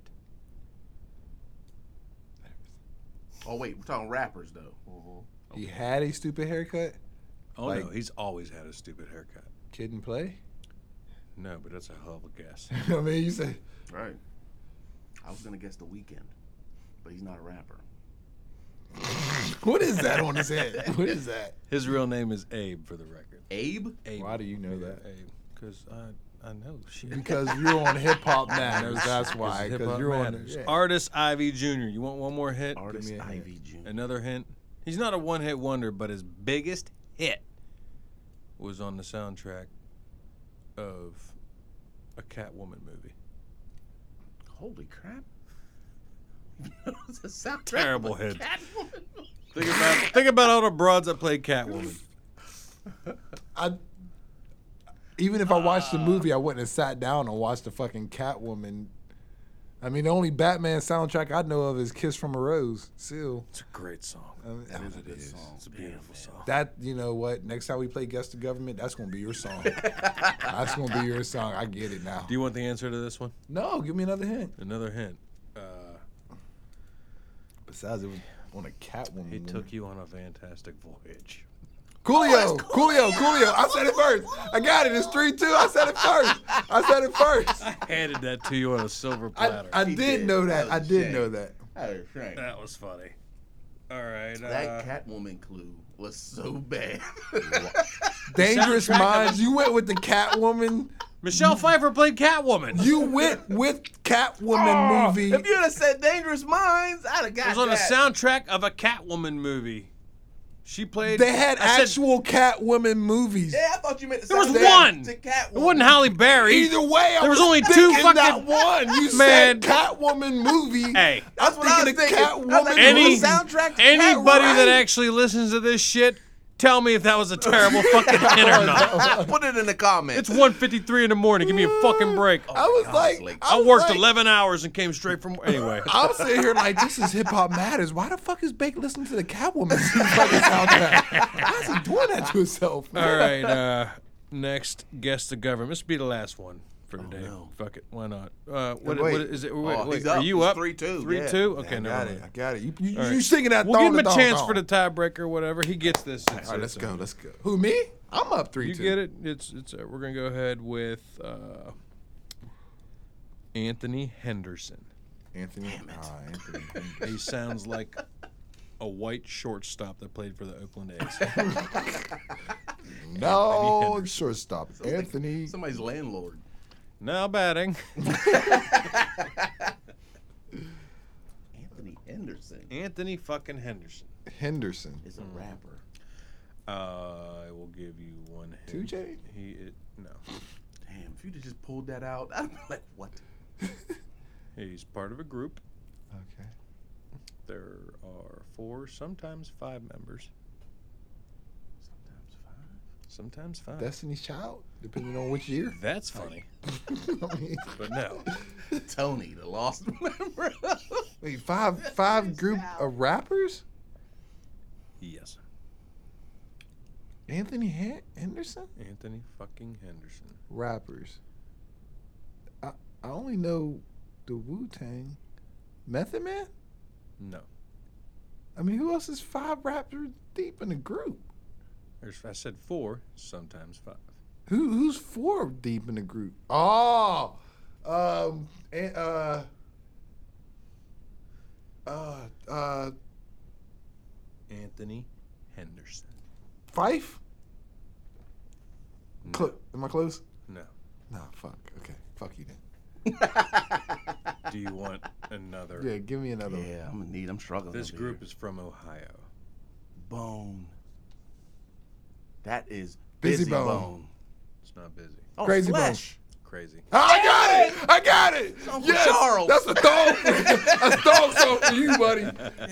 Oh, wait, we're talking rappers, though. Mm-hmm. He had a stupid haircut. Oh no, Like- he's always had a stupid haircut. Kid and play. No, but that's a hell of a guess. I mean, you said Right. I was going to guess The Weekend, but he's not a rapper. what is that on his head? What is that? His real name is Abe, for the record. Abe? Abe. Why do you know Yeah, that? Abe. Because I, I know shit. Because you're on hip hop matters. That's 'Cause why. hip Because hop you're on. matters. Yeah. Artist Ivy Jr. You want one more hit? Artist me a hint. Ivy Jr. Another hint. He's not a one-hit wonder, but his biggest hit was on the soundtrack of a Catwoman movie. Holy crap. it's a soundtrack Terrible of a hit. Catwoman. Think about think about all the broads that played Catwoman. I. Even if I watched the movie, I wouldn't have sat down and watched the fucking Catwoman. I mean, the only Batman soundtrack I know of is "Kiss from a Rose." Still, It's a great song. I mean, That is a good song. It's a beautiful song. That you know what? Next time we play guess the government, that's gonna be your song. that's gonna be your song. I get it now. Do you want the answer to this one? No, give me another hint. Another hint. Uh, Besides, it was on a Catwoman. he took you on a fantastic voyage. Oh, Coolio, Coolio, Coolio. I said it first. I got it. It's three two. I said it first. I said it first. Handed that to you on a silver I, platter. I He did, did. know that. I That was did Jay. know that. Oh, right. that was funny. All right. uh, That Catwoman clue was so bad. soundtrack Dangerous of Minds. You went with the Catwoman. Michelle Pfeiffer played Catwoman. You went with Catwoman movie. Oh, If you'd have said Dangerous Minds, I'd have got It was Oh, on the that. soundtrack of a Catwoman movie. She played. They had I said- actual Catwoman movies. Yeah, I thought you meant to There was say that one. To Catwoman. it wasn't Halle Berry. Either way, I There was only two thinking that fucking- one. You Man. said Catwoman movie. Hey. I'm That's what I thinking of was thinking. I was Catwoman like, Any- movie. soundtrack to Anybody Catwoman. that actually listens to this shit, tell me if that was a terrible fucking hit Oh, or not. Put it in the comments. It's 1.53 in the morning. Give me a fucking break. I was like, Like, I was worked like- 11 hours and came straight from. Anyway. I'm sitting here like this is hip hop matters. Why the fuck is Bake listening to the Catwoman fucking soundtrack? Why is he doing that to himself? man? All right. Uh, next, guess the government. This will be the last one for today. Fuck it. Why not? Uh, what, Oh, wait. what is it? Wait, Oh, wait, he's Are up. you He's up? 3-2, Three yeah. two. Okay. no. I got it. I got it. You, you, you right. singing that? We'll thong give him the a dong chance dong. for the tiebreaker. Whatever. He gets this. All right, let's go. Let's go. Who me? I'm up three You two. get it? It's it's. Uh, we're gonna go ahead with uh, Anthony Henderson. Anthony. Ah, Anthony. He sounds like a white shortstop that played for the Oakland A's. no Henderson. shortstop. Anthony. Somebody's landlord. now batting, Anthony Henderson Anthony fucking Henderson. Henderson. is a rapper. Uh, I will give you one. hint. Two J? He it, no. Damn, if you'd have just pulled that out, I'd be like, what? He's part of a group. Okay. There are four, sometimes five members. Sometimes five. Sometimes five. Destiny's Child, depending on which year. That's funny, I mean, Oh, but no. Tony, the lost member. wait, five five group of rappers. yes, Anthony Hen- Henderson. Anthony fucking Henderson. rappers. I I only know the Wu Tang, Method Man. No, I mean, who else is five rappers deep in a group? There's, I said four, sometimes five. Who who's four deep in a group? Oh, um, and, uh, uh, uh, Anthony Henderson. Fife. No, Cl- Am I close? no. Nah, fuck. Okay, fuck you then. Do you want another? Yeah, give me another one. yeah, I'm gonna need. I'm struggling. This over group here. is from Ohio. Bone. That is Busy Busy, Bone. Bone. It's not busy. Oh, Crazy Bone. Flesh. Crazy. Oh, I got it! I got it! Uncle Yes! Charles. That's a dog. That's dog song for you, buddy.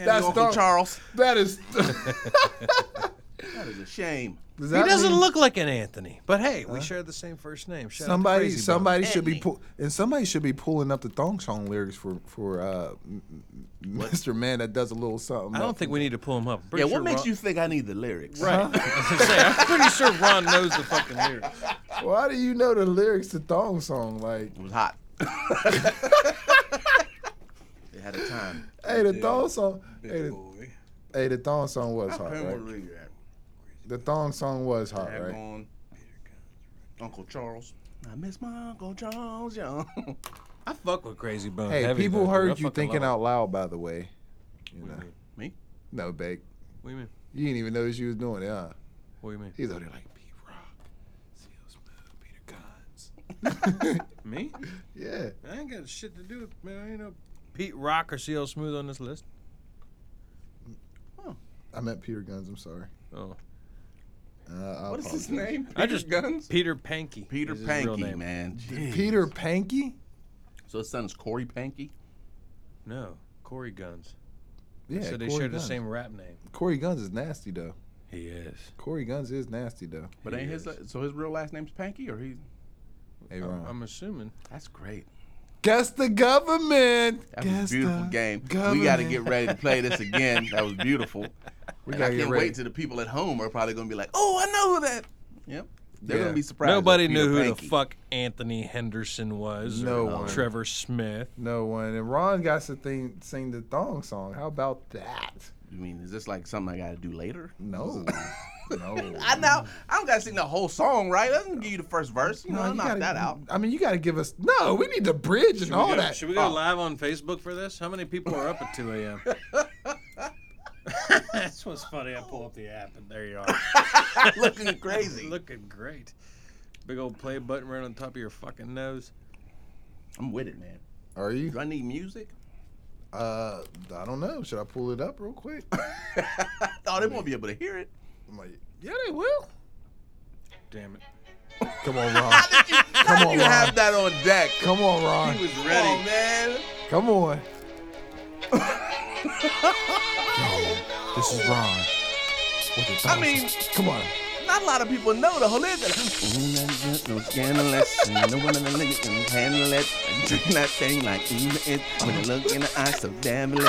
That's Uncle dog. Charles. That is. Does That is a shame. He that doesn't mean look like an Anthony, but hey, we share the same first name. Shout out to Somebody, Crazy Bone. somebody should be Anthony. pull, and somebody should be pulling up the thong song lyrics for for uh, m- m- Mr. Man that does a little something. I don't think we need to pull him up. I'm pretty yeah, what sure makes Ron- you think I need the lyrics? Right. I was gonna say, I'm pretty sure Ron knows the fucking lyrics. Why do you know the lyrics to thong song? Like, It was hot. it had a time. hey, the thong song, hey, the, hey, the thong song was hot, right? The thong song was hot, right? Daggone Uncle Charles. I miss my Uncle Charles, yo. I fuck with Crazy Bone. Hey, heavy, people though, dude. I heard you fucking thinking love out loud, by the way. You know, mean? Me? no, bake. it. What do you mean? You didn't even notice you was doing it, huh? What do you mean? He's over there like B Rock, Seal Smooth, Peter Guns. Me? Yeah. I ain't got shit to do with man. I ain't no Pete Rock or CL Smooth on this list. I meant Peter Guns, I'm sorry. Oh. Uh, I What is his apologize. name? I just- Guns? Peter Pankey. Peter is his real Pankey, name. man. Jeez. Peter Pankey? So his son is Corey Pankey? No, Corey Guns. Yeah. so they Corey share the Guns. same rap name. Corey Guns is nasty though. He is. Corey Guns is nasty though. But ain't his uh, so his real last name's Pankey or he Hey, I'm, Ron. I'm assuming. that's great. Guess the government. That Guess was a beautiful the game. government. We gotta get ready to play this again. That was beautiful. We And I gotta get can't ready. wait till the people at home are probably gonna be like, Oh, I know who that Yep. They're Yeah. gonna be surprised. Nobody at knew Peter who the Pankey. fuck Anthony Henderson was. No or one. Trevor Smith. no one. And Ron got to thing, sing the thong song. How about that? You mean is this like something I gotta do later? No. no. I know. I don't gotta sing the whole song, right? I can give you the first verse. You know, No, I'll you knock gotta- that out. I mean, you got to give us. No, we need the bridge and all we go, that. Should we go Oh, live on Facebook for this? How many people are up at 2 a.m.? That's what's funny. I pull up the app and there you are. Looking crazy. Looking great. Big old play button right on top of your fucking nose. I'm with it, man. Are you? Do I need music? Uh, I don't know. Should I pull it up real quick? oh, they won't be able to hear it. I'm like, yeah, they will. Damn it. Come on, Ron. How Come did on, you Ron. have that on deck? Come on, Ron. He was ready. Oh, man. Come on. this is Ron. With the I mean- thousands. come on. Not a lot of people know the whole is no scandalous. No one of the niggas can handle it. Drink that thing like mm, it. When I look in the eye, so damn it.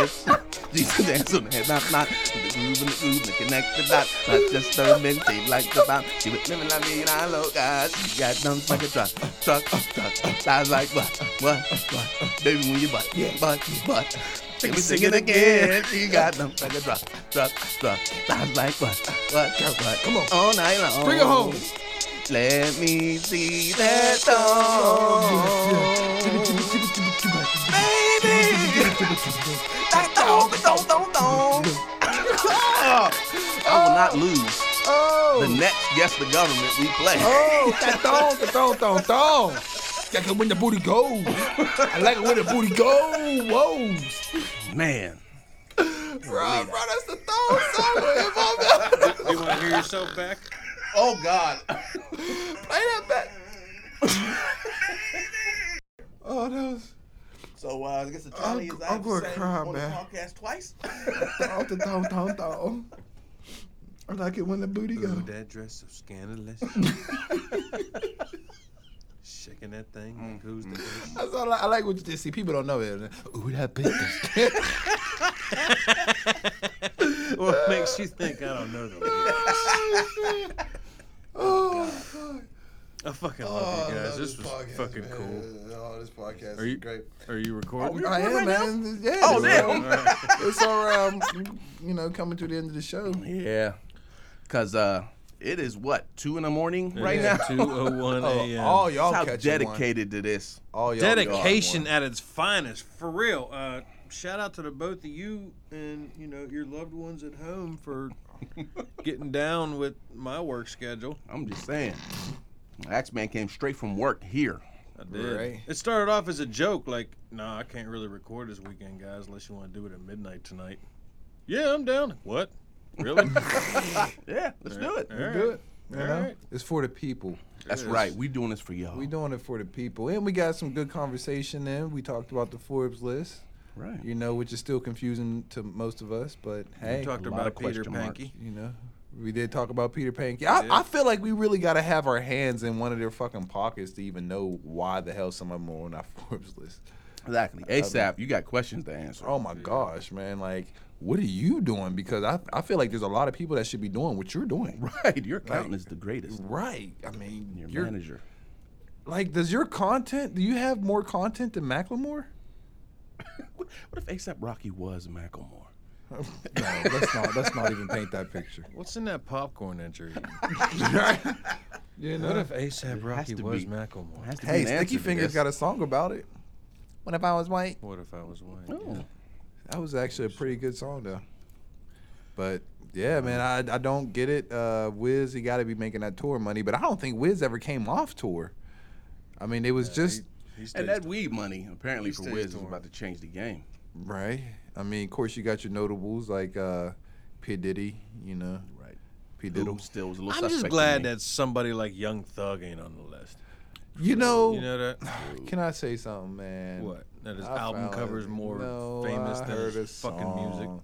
Jesus dance on the head, not not. The groove and the groove, and connect the dots. Not just the men, they like the bomb. She was living like me and I look God. She got dumb like a truck, truck, truck. I was like, what, what, what? Baby, when you butt, butt, butt. Let me sing it again. She got dumb like a truck, truck, truck. I was like, what, what, what? Come on. all night long. Bring it home. Let me see that thong. Baby, that thong, thong, thong, thong. I will not lose. The Oh, next Yes the Government we play. oh, that thong, that thong, thong, thong. Like it when the booty goes. I like it when the booty goes. Whoa. Man. Bro, bro, that's the thong song. If I'm You want to hear yourself back? Oh, God. play that back. oh, that was. So, uh, I guess the tally I'm- is I I'm gonna sang cry, on man. the podcast twice. Thong, the thong, thong, thong. I like it when the booty Ooh, goes. that dress of scandalous. Shaking that thing like who's the bitch? That's all I, I like what you did. See, people don't know it. Ooh, that bitch. What makes you think I don't know them? oh, fuck. I fucking Oh, love I you guys. love This was podcast, fucking man. cool. Oh, this podcast Are you- is great. Are you recording? I am, recording right man. Yeah, Oh, it's damn. all- Alright. It's all around, you know, coming to the end of the show. Yeah. Because uh, it is what? Two in the morning right It is now? 2:01 Oh, a.m. all y'all That's how catching one. dedicated to this. All y'all dedication Y'all at its finest for real uh shout out to the both of you and you know your loved ones at home for getting down with my work schedule I'm just saying. Axe Man came straight from work here. i did Right. it started off as a joke like nah i can't really record this weekend guys unless you want to do it at midnight tonight yeah i'm down what really Yeah, let's do it. All right. do it. You All know? right. It's for the people. That's Yes. right. We doing this for y'all. We doing it for the people, and we got some good conversation in. We talked about the Forbes list, right. you know, which is still confusing to most of us, but hey, we talked a lot of about peter question marks. pankey you know, we did talk about Peter Pankey. I, Yeah. I feel like we really got to have our hands in one of their fucking pockets to even know why the hell some of them are on our Forbes list. Exactly. ASAP. You got questions to answer. Oh my gosh, man! Like, what are you doing? Because I, I feel like there's a lot of people that should be doing what you're doing. Right. Your accountant is the greatest. Right. I mean, Your you're, manager. like, does your content? Do you have more content than Macklemore? What what if ASAP Rocky was Macklemore? no, let's not. Let's not even paint that picture. what's in that popcorn that you're eating You know. what if asap rocky to was be. macklemore Has to be hey, an answer Sticky to Fingers this. got a song about it. What if I was white? what if i was white Oh. That was actually a pretty good song though. But yeah, man, I I don't get it. Uh, Wiz, he got to be making that tour money, but I don't think Wiz ever came off tour. I mean, it was just He stays And that weed money apparently He for stays Wiz is torn. about to change the game. right. I mean, of course, you got your notables like uh, P Diddy, you know, Right. P Who Diddle. still was a little I'm just suspect to glad me. that somebody like Young Thug ain't on the list. You know, Oh. You know that? can I say something, man? What? That his I album found covers it. more No, famous I than heard his a fucking music. song.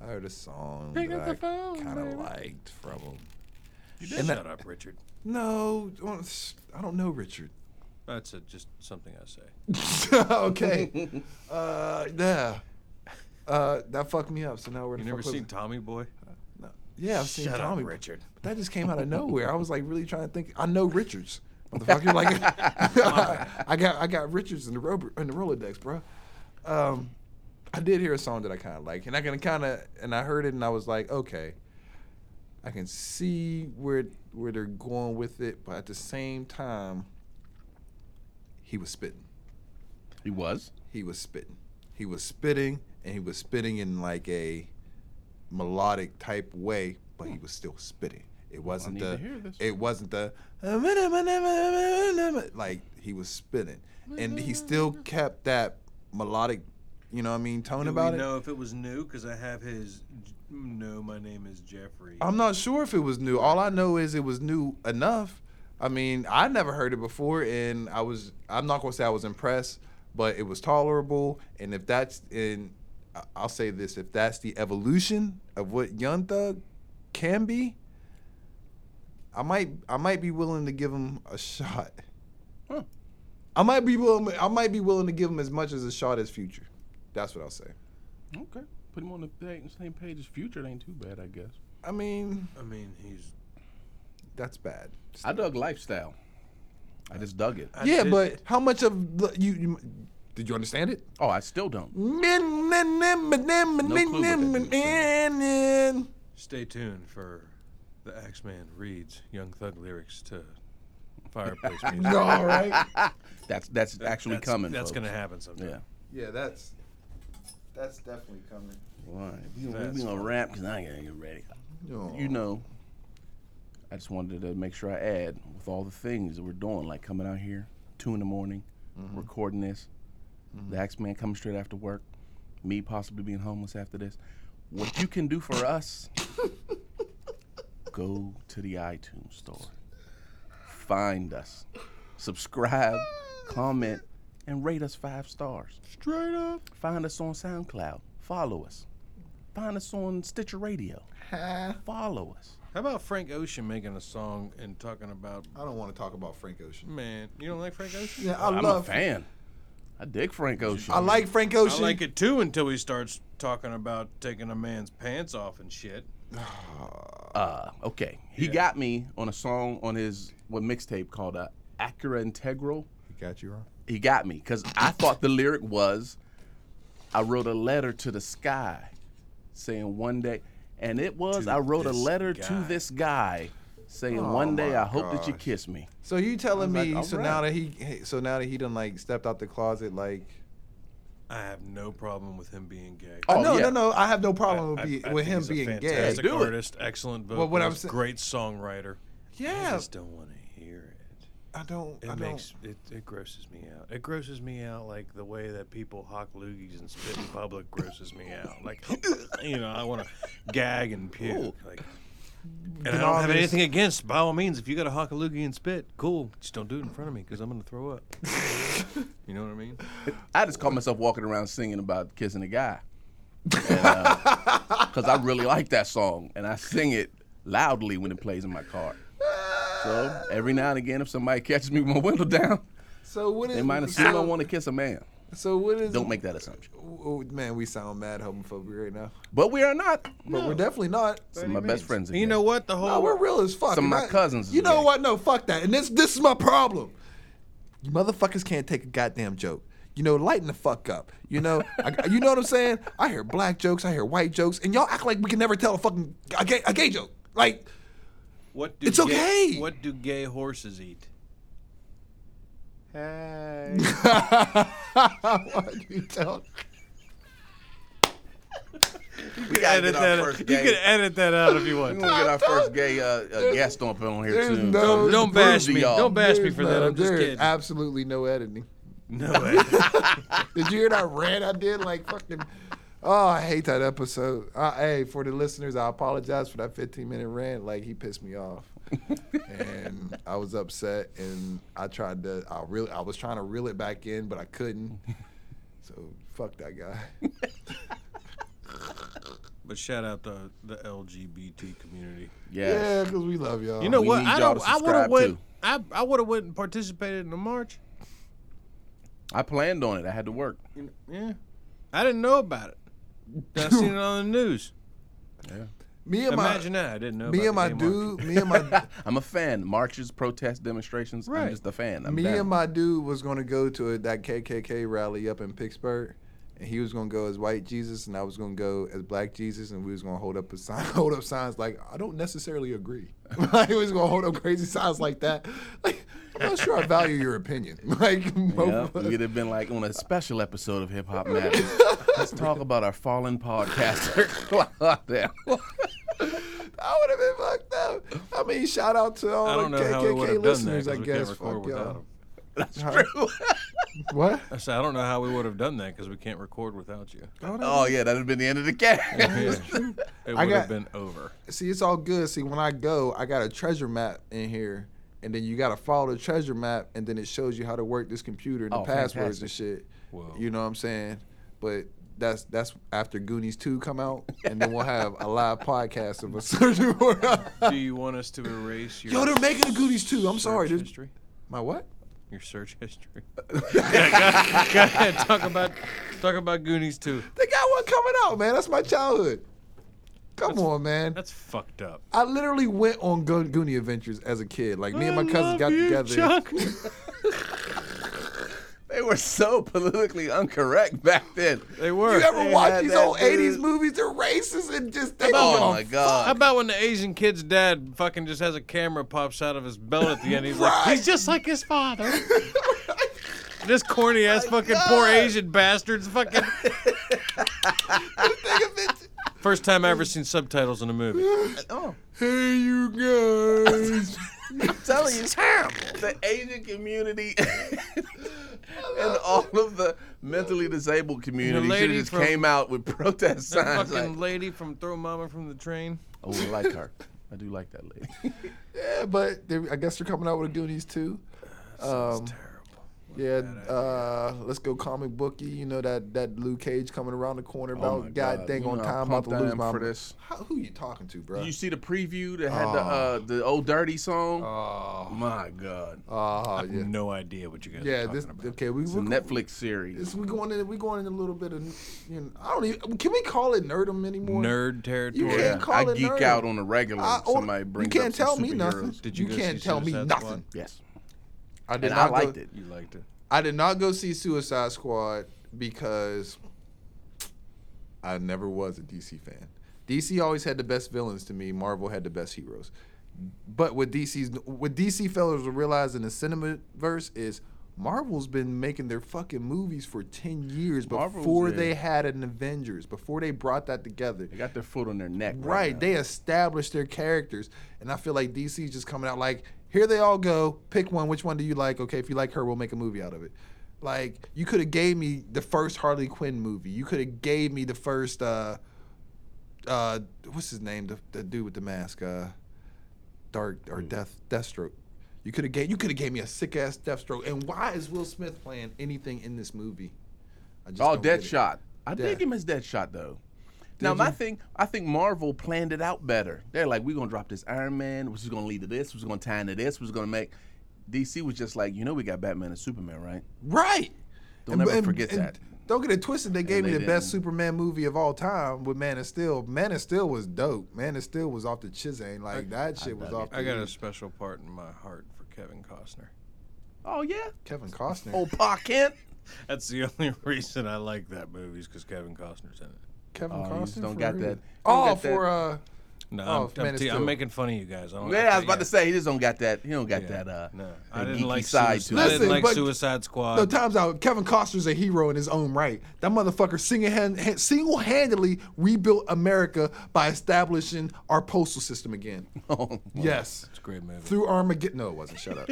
I heard a song Pick that up the phone, I kind of baby. liked from him. You And did that- shut up, Richard. No, well, it's- I don't know Richard. That's a, just something I say. okay. Uh, yeah. Uh, that fucked me up. So now we're You in never fuck with- seen Tommy Boy? No. Yeah, I've seen Shut Tommy. up, Richard. But that just came out of nowhere. I was like really trying to think. I know Richards. Motherfucker, like I got I got Richards in the Robert, in the Rolodex, bro. Um, I did hear a song that I kind of like, and I can kind of and I heard it, and I was like, okay, I can see where where they're going with it, but at the same time, he was spitting he was. he was spitting. He was spitting, and he was spitting in like a melodic type way, but he was still spitting. It wasn't need to the. hear this. It wasn't the. Like he was spitting, and he still kept that melodic You know what I mean? Tone Do about we it. know if it was new? Because I have his. No, my name is Jeffrey. I'm not sure if it was new. All I know is it was new enough. I mean, I never heard it before, and I was I'm not gonna say I was impressed, but it was tolerable. And if that's in, I'll say this: if that's the evolution of what Young Thug can be, I might I might be willing to give him a shot. Huh. I might be willing I might be willing to give him as much as a shot as Future. That's what I'll say. Okay. Put him on the pa- same page as Future. It ain't too bad, I guess. I mean, I mean, he's. that's bad. I dug Lifestyle. I just dug it. I yeah, did- but how much of the- you, you did you understand it? Oh, I still don't. Stay tuned for the Axeman reads Young Thug lyrics to Fireplace music. All right. That's that's actually That's- coming. That's folks. gonna happen sometime. Yeah. Yeah, that's that's definitely coming. All right. We gonna, That's we gonna rap because I gotta get ready. You know, I just wanted to make sure I add with all the things that we're doing, like coming out here, two in the morning, recording this, the Axe Man coming straight after work, me possibly being homeless after this. What you can do for us, go to the iTunes store, find us, subscribe, comment, and rate us five stars. straight up. Find us on SoundCloud, follow us, find us on Stitcher Radio, I follow us. How about Frank Ocean making a song and talking about don't want to talk about Frank Ocean. man? You don't like Frank Ocean? Yeah, I I'm a love. fan. I dig Frank Ocean. I like Frank I Ocean. like it too until he starts talking about taking a man's pants off and shit. Uh, okay, he got me on a song on his what mixtape called uh, "Acura Integral." Got you wrong. He got me because I thought the lyric was, "I wrote a letter to the sky, saying one day," and it was, To "I wrote a this letter guy. to this guy, saying Oh one day my I hope that you gosh. kiss me." So you telling I was me? like, so all now right. that he, so now that he done like stepped out the closet, like. I have no problem with him being gay. Oh, no, yeah. no, no. I have no problem I- with, I Oh, be, with think him he's a being gay. fantastic Yeah, do it. artist, excellent vocalist, Well, what I'm sa- great songwriter. I Yeah, just don't want to hear it. I don't. I It don't. makes it, it grosses me out. It grosses me out like the way that people hawk loogies and spit in public grosses me out. Like you know, I want to gag and puke. Like, and I Then don't all have this- anything against. By all means, if you got a hawk a loogie and spit, cool. Just don't do it in front of me because I'm gonna throw up. you know what I mean? I just caught myself walking around singing about kissing a guy. Because I really like that song, and I sing it loudly when it plays in my car. So every now and again, if somebody catches me with my window down, So what is? they might assume I want to kiss a man. So what is? Don't make that assumption. Oh, man, we sound mad homophobic right now, But we are not. but we're definitely not. Some of my best friends. Are You gay. know what? The whole No, we're real as fuck. Some of my And I- cousins is You know gay. what? No, fuck that. And this this is my problem. You motherfuckers can't take a goddamn joke. You know, lighten the fuck up. You know, I, you know what I'm saying? I hear black jokes, I hear white jokes, and y'all act like we can never tell a fucking a gay, a gay joke. Like, What do It's gay, okay. What do gay horses eat? Hey. Why do you tell? We Edit gotta get that our out. first You gay. can edit that out if you We're want. gonna get our first gay uh, uh, guest on on here There's soon. no- So just Don't to prove bash to me. y'all- Don't bash me for that. No, I'm just there's kidding. Absolutely no editing. No way. Did you hear that rant I did? Like fucking. Oh, I hate that episode. Uh, hey, for the listeners, I apologize for that 15 minute rant. Like he pissed me off, and I was upset, and I tried to. I really, I was trying to reel it back in, but I couldn't. So fuck that guy. But shout out the the LGBT community. Yeah, Yes. because Uh, we love y'all. You know We what? need I y'all don't. to I would have subscribe, went. too. I I would have went and participated in the march. I planned on it. I had to work. You kn- Yeah, I didn't know about it. I seen it on the news. me and my Imagine that. I didn't know. about me and my the gay march. dude, me and my I'm a fan. Marches, protests, demonstrations. Right. I'm just a fan. I'm me down. and my dude was gonna go to a, that KKK rally up in Pittsburgh, and he was gonna go as white Jesus, and I was gonna go as black Jesus, and we was gonna hold up a sign, hold up signs like I don't necessarily agree. like, we was gonna hold up crazy signs like that. Like, I'm not sure I value your opinion. Like, both Yeah, of us- we'd have been like on a special episode of Hip Hop Matters. Let's talk about our fallen podcaster. Goddamn. I would have been fucked up. I mean, shout out to all I don't the know how we would KKK have done that listeners. because I we can't guess record fuck without y'all. him. That's Huh? true. What? I said, I don't know how we would have done that because we can't record without you. oh yeah, that'd have been the end of the cast. It I would got- have been over. See, it's all good. See, when I go, I got a treasure map in here, and then you got to follow the treasure map, and then it shows you how to work this computer and Oh, the passwords fantastic. and shit. Whoa. You know what I'm saying? But that's that's after Goonies two come out, and then we'll have a live podcast of a certain word. Do you want us to erase your Yo, they're making a Goonies two. I'm search sorry, dude. history? My what? Your search history. yeah, go, go ahead. Talk about talk about Goonies too. They got one coming out, man. That's my childhood. Come on, man. That's fucked up. I literally went on Go- Goonie adventures as a kid. Like me and my cousins got together. They were so politically incorrect back then. They were. You ever They watch had these that old dude. '80s movies? They're racist and just they don't. Oh give a my fuck. How god. about when the Asian kid's dad fucking just has a camera pops out of his belt at the end? He's like, Right. he's just like his father. this corny ass fucking poor God. Asian bastard's fucking. First time I ever seen subtitles in a movie. Oh, Hey, you guys. I'm telling you, the Asian community and all of the mentally disabled community should lady have just from- came out with protest That signs. fucking Like, lady from Throw Mama from the Train. oh, I like her. I do like that lady. yeah, but they, I guess they're coming out with a Goonies too. Um, Terrible. yeah, uh, let's go comic booky. You know that that Luke Cage coming around the corner Oh about my god, dang You on know, time about pumped to I lose am my. for this. How, who you talking to, bro? You see the preview that had the Ah. uh, the old dirty song. Ah. Oh my god! Oh yeah, No idea what you guys are yeah. talking This about. okay. We It's a we Netflix series. this- we going in. We going in a little bit of. You know, I don't even. Can we call it nerdum anymore? Nerd territory. You can't Yeah, call I it geek nerd. out on a regular. I- when oh, somebody brings you can't up tell some me nothing. superheroes. Did you you, go can't see tell me Suicide nothing. Squad? Yes, I did and I go- liked it. You liked it. I did not go see Suicide Squad because I never was a DC fan. DC always had the best villains to me. Marvel had the best heroes. But what DC's what DC fellas will realize in the cinemaverse is Marvel's been making their fucking movies for ten years Marvel's, before yeah. they had an Avengers, before they brought that together. They got their foot on their neck. Right. Right. now. They established their characters. And I feel like DC's just coming out like, here they all go. Pick one. Which one do you like? Okay, if you like her, we'll make a movie out of it. Like, you could have gave me the first Harley Quinn movie. You could have gave me the first uh uh what's his name? The, the dude with the mask, uh Dark or Hmm. Death Deathstroke. You could have gave you could have gave me a sick ass Deathstroke. And why is Will Smith playing anything in this movie? I just Oh, don't get it. Deadshot. I dig Yeah. him as Deadshot though. Now my thing, I think Marvel planned it out better. They're like, we're gonna drop this Iron Man, which is gonna lead to this, which is gonna tie into this, which is gonna make. DC was just like, you know, we got Batman and Superman, right? Right. Don't ever forget that. Don't get it twisted. They gave they me the best didn't. Superman movie of all time with Man of Steel. Man of Steel was dope. Man of Steel was off the chisane. Like that shit was dug off. I the- got a special part in my heart for Kevin Costner. Oh yeah, Kevin Costner. old Pa Kent. That's the only reason I like that movie is because Kevin Costner's in it. Kevin Oh, you Costner. just don't for got real? that- you Oh, don't got for uh, No, Oh, I'm, Man I'm, of te- I'm Steel. making fun of you guys. I don't like Yeah, I was that- about yeah. to say he just don't got that. He don't got Yeah. that. Uh, no, that I didn't geeky like side Suicide. to I it. didn't Listen, like but- Suicide Squad. no times out. Kevin Costner's a hero in his own right. That motherfucker single hand, single handedly rebuilt America by establishing our postal system again. Oh, yes. it's a great movie. Through Armageddon. No, it wasn't. Shut up.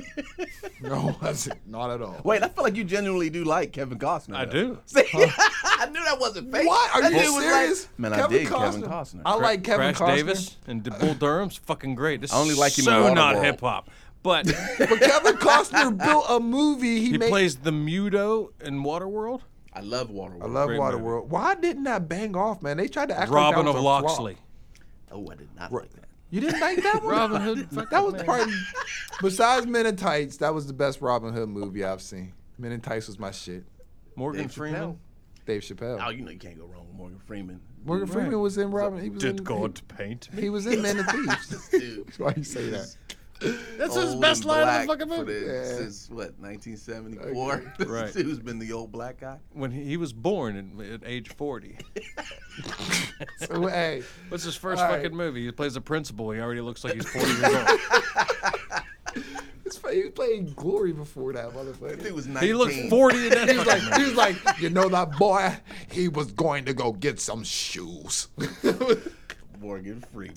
no, it wasn't. Not at all. Wait, I feel like you genuinely do like Kevin Costner. I though. do. See, I knew that wasn't fake. What? Are That you dude was serious? Like, Man, I did Kevin Costner. I like Kevin Crash Costner. Davis and De- Bull Durham's fucking great. This I only is like him in so not Waterworld. hip hop, but But Kevin Costner built a movie. He, he made. plays the Muto in Waterworld. I love Waterworld. I love Great Waterworld. Why didn't that bang off, man? They tried to act like Robin that was of a flop. Loxley. Oh, I did not like that. You didn't like that one. Robin Hood. that was part. Besides Men in Tights, that was the best Robin Hood movie I've seen. Men in Tights was my shit. Morgan Dave Chappelle. Freeman. Dave Chappelle. Oh, you know you can't go wrong with Morgan Freeman. Morgan Right. Freeman was in Robin. He was in, Did God paint He, me? he was in Men in Thieves. Dude, That's why you say that. That's old and black for the- Since what, 1974? This Right. dude's been the old black guy. When he, he was born in, at age 40. So, hey, What's his first All right. fucking movie? He plays the principal. He already looks like he's 40 years old. it's funny, he played Glory before that motherfucker. That dude was 19. He looks 40 in that He was fucking like, he was like, you know that boy, he was going to go get some shoes. Morgan Freeman.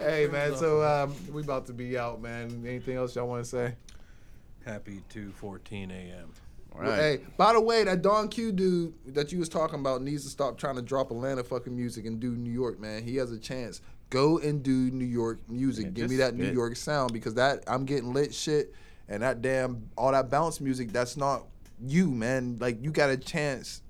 hey man, so um, we about to be out, man. Anything else y'all want to say? Happy 2:14 a.m. All right. Hey, by the way, that Don Q dude that you was talking about needs to stop trying to drop Atlanta fucking music and do New York, man. He has a chance. Go and do New York music. Yeah, Give me just that New spit. York sound because that I'm getting lit shit and that damn all that bounce music. That's not you, man. Like you got a chance.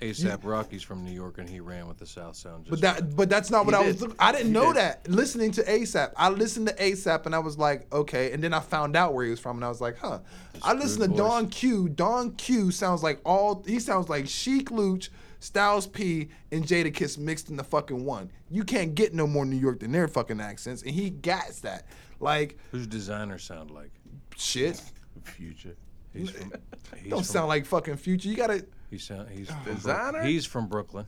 ASAP Rocky's from New York, and he ran with the South Sound. Just But that, but that's not what He I was. did. Look, I didn't He know did. that. Listening to ASAP, I listened to ASAP and I was like, okay. And then I found out where he was from, and I was like, huh. I listened to Screwed Don Q. Don Q sounds like all. He sounds like Chic Luch, Styles P, and Jada Kiss mixed in the fucking one. You can't get no more New York than their fucking accents, and he gats that. Like who's designer sound like? shit. Future. He's from. He's Don't from, sound like fucking Future. You gotta. He sound. He's from Brook- Designer? He's from Brooklyn.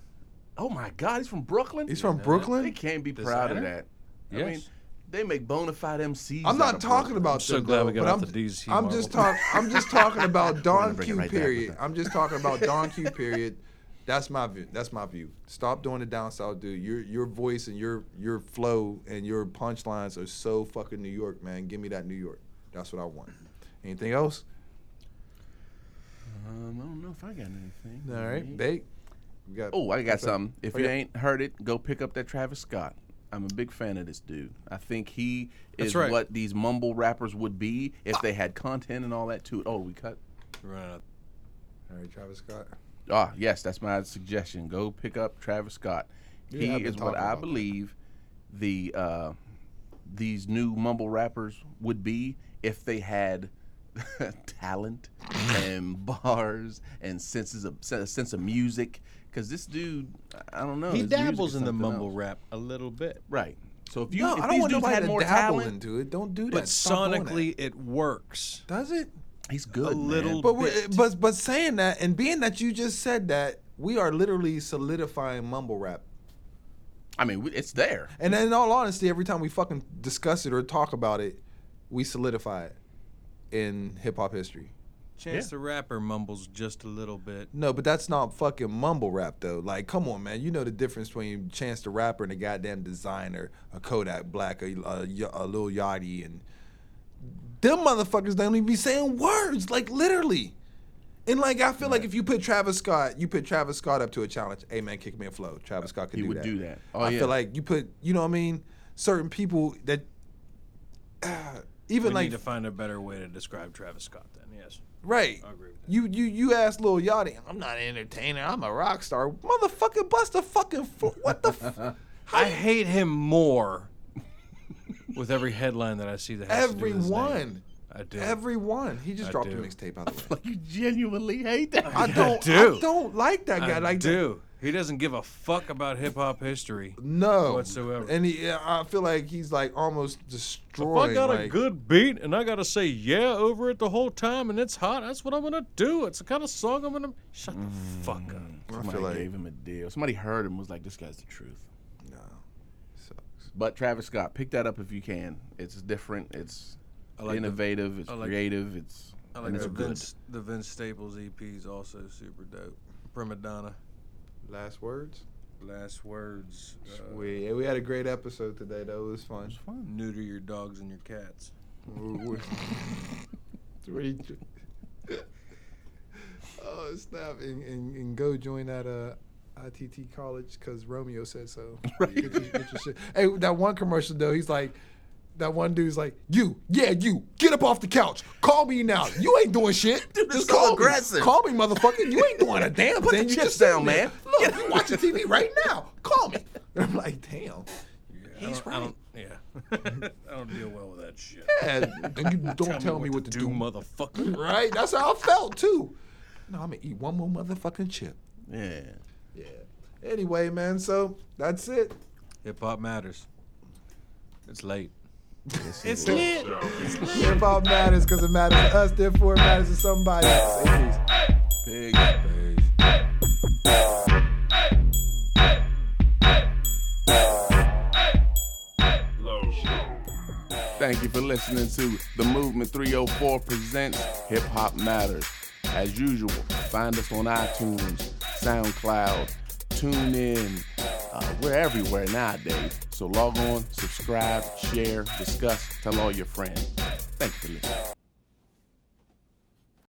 Oh my God, he's from Brooklyn. He's from They Brooklyn. can't be proud of Designer? that. I mean, Yes. they make bona fide MCs. I'm out not of talking Brooklyn. about. I'm so them, glad though, we got but off I'm- the DZ. I'm Marvel. just talking. I'm just talking about Don bring it Q. right back with period. that. I'm just talking about Don Q. Period. That's my view. That's my view. Stop doing the down south, dude. Your your voice and your your flow and your punchlines are so fucking New York, man. Give me that New York. That's what I want. Anything else? Um, I don't know if I got anything. All right, Mm-hmm. bake. We got. Oh, I got something. If Oh, you yeah. ain't heard it, go pick up that Travis Scott. I'm a big fan of this dude. I think he That's is right. what these mumble rappers would be if they had content and all that too. Oh, we cut. Running out. All right, Travis Scott. Ah, yes, that's my suggestion. Go pick up Travis Scott. Yeah, he I've been is what talking I about that. believe the uh, these new mumble rappers would be if they had talent and bars and senses of sen- sense of music. Because this dude, I don't know. He his music dabbles is in the something mumble else. rap a little bit, Right. So if you, no, if I these don't want dudes nobody had to more dabble talent, into it. Don't do that. but Stop doing that. sonically it works. does it? he's good. man. little But we bit. but but saying that and being that you just said that, we are literally solidifying mumble rap. I mean, we- it's there. And in all honesty, every time we fucking discuss it or talk about it, we solidify it in hip hop history. Chance the Rapper mumbles just a little bit. No, but that's not fucking mumble rap though. Like, come on, man. You know the difference between Chance the Rapper and a goddamn designer, a Kodak Black, a, a, Y- a Lil Yachty, and them motherfuckers don't even be saying words, like literally. And like, I feel like if you put Travis Scott, you put Travis Scott up to a challenge. Hey man, kick me a flow. Travis Scott could He do would that. do that. Oh, I yeah. feel like you put, you know what I mean? Certain people that, even we like need to find a better way to describe Travis Scott. Then yes, Right. I agree with that. You you you asked Lil Yachty, I'm not an entertainer, I'm a rock star. Motherfucking bust a fucking fl- what the f- I hate him more with every headline that I see that has to do with his name. everyone. I do. Everyone. He just I dropped do. a mixtape out of the way. Like you genuinely hate that. I don't do. I don't like that guy. I like that- do. He doesn't give a fuck about hip hop history. No. Whatsoever. And he, I feel like he's like almost If destroying. I got a like- good beat and I gotta say yeah over it the whole time and it's hot, that's what I'm gonna do. It's the kind of song I'm gonna shut the fuck Mm. up. Somebody like- gave him a deal. Somebody heard him and was like, "This guy's the truth." No. Sucks. But Travis Scott, pick that up if you can. It's different. It's like the- innovative. it's I like- creative. It's I and like it's the good. Vince, the Vince Staples EP is also super dope. Prima Donna. Last words. Last words. Uh, we we had a great episode today though. It was fun. neuter your dogs and your cats. We're- we're- we're- oh snap! And, and, and go join that uh, ITT college because Romeo said so. Right. Get your, get your shit. Hey, that one commercial though, he's like, that one dude's like, you, yeah, you, get up off the couch, call me now. You ain't doing shit. it's just so call aggressive. me, call me, motherfucker. You ain't doing a damn Put the thing. you chips just sitting down, there. man. Look, you watching TV right now. Call me. And I'm like, damn. Yeah, He's I don't, I don't, yeah. I don't deal well with that shit. Yeah, then you don't tell, me what to do, motherfucker. Right? That's how I felt too. No, I'm gonna eat one more motherfucking chip. Yeah. Yeah. Anyway, man, so that's it. Hip hop matters. It's late. It's Dub Beats. Hip hop matters because it matters to us, therefore it matters to somebody else. Say peace. Big. Peace. Low Show. Thank you for listening to The Movement 304 presents Hip Hop Matters. As usual, find us on iTunes, SoundCloud, TuneIn. Uh, we're everywhere nowadays. So log on, subscribe, share, discuss, tell all your friends. Thank you for listening.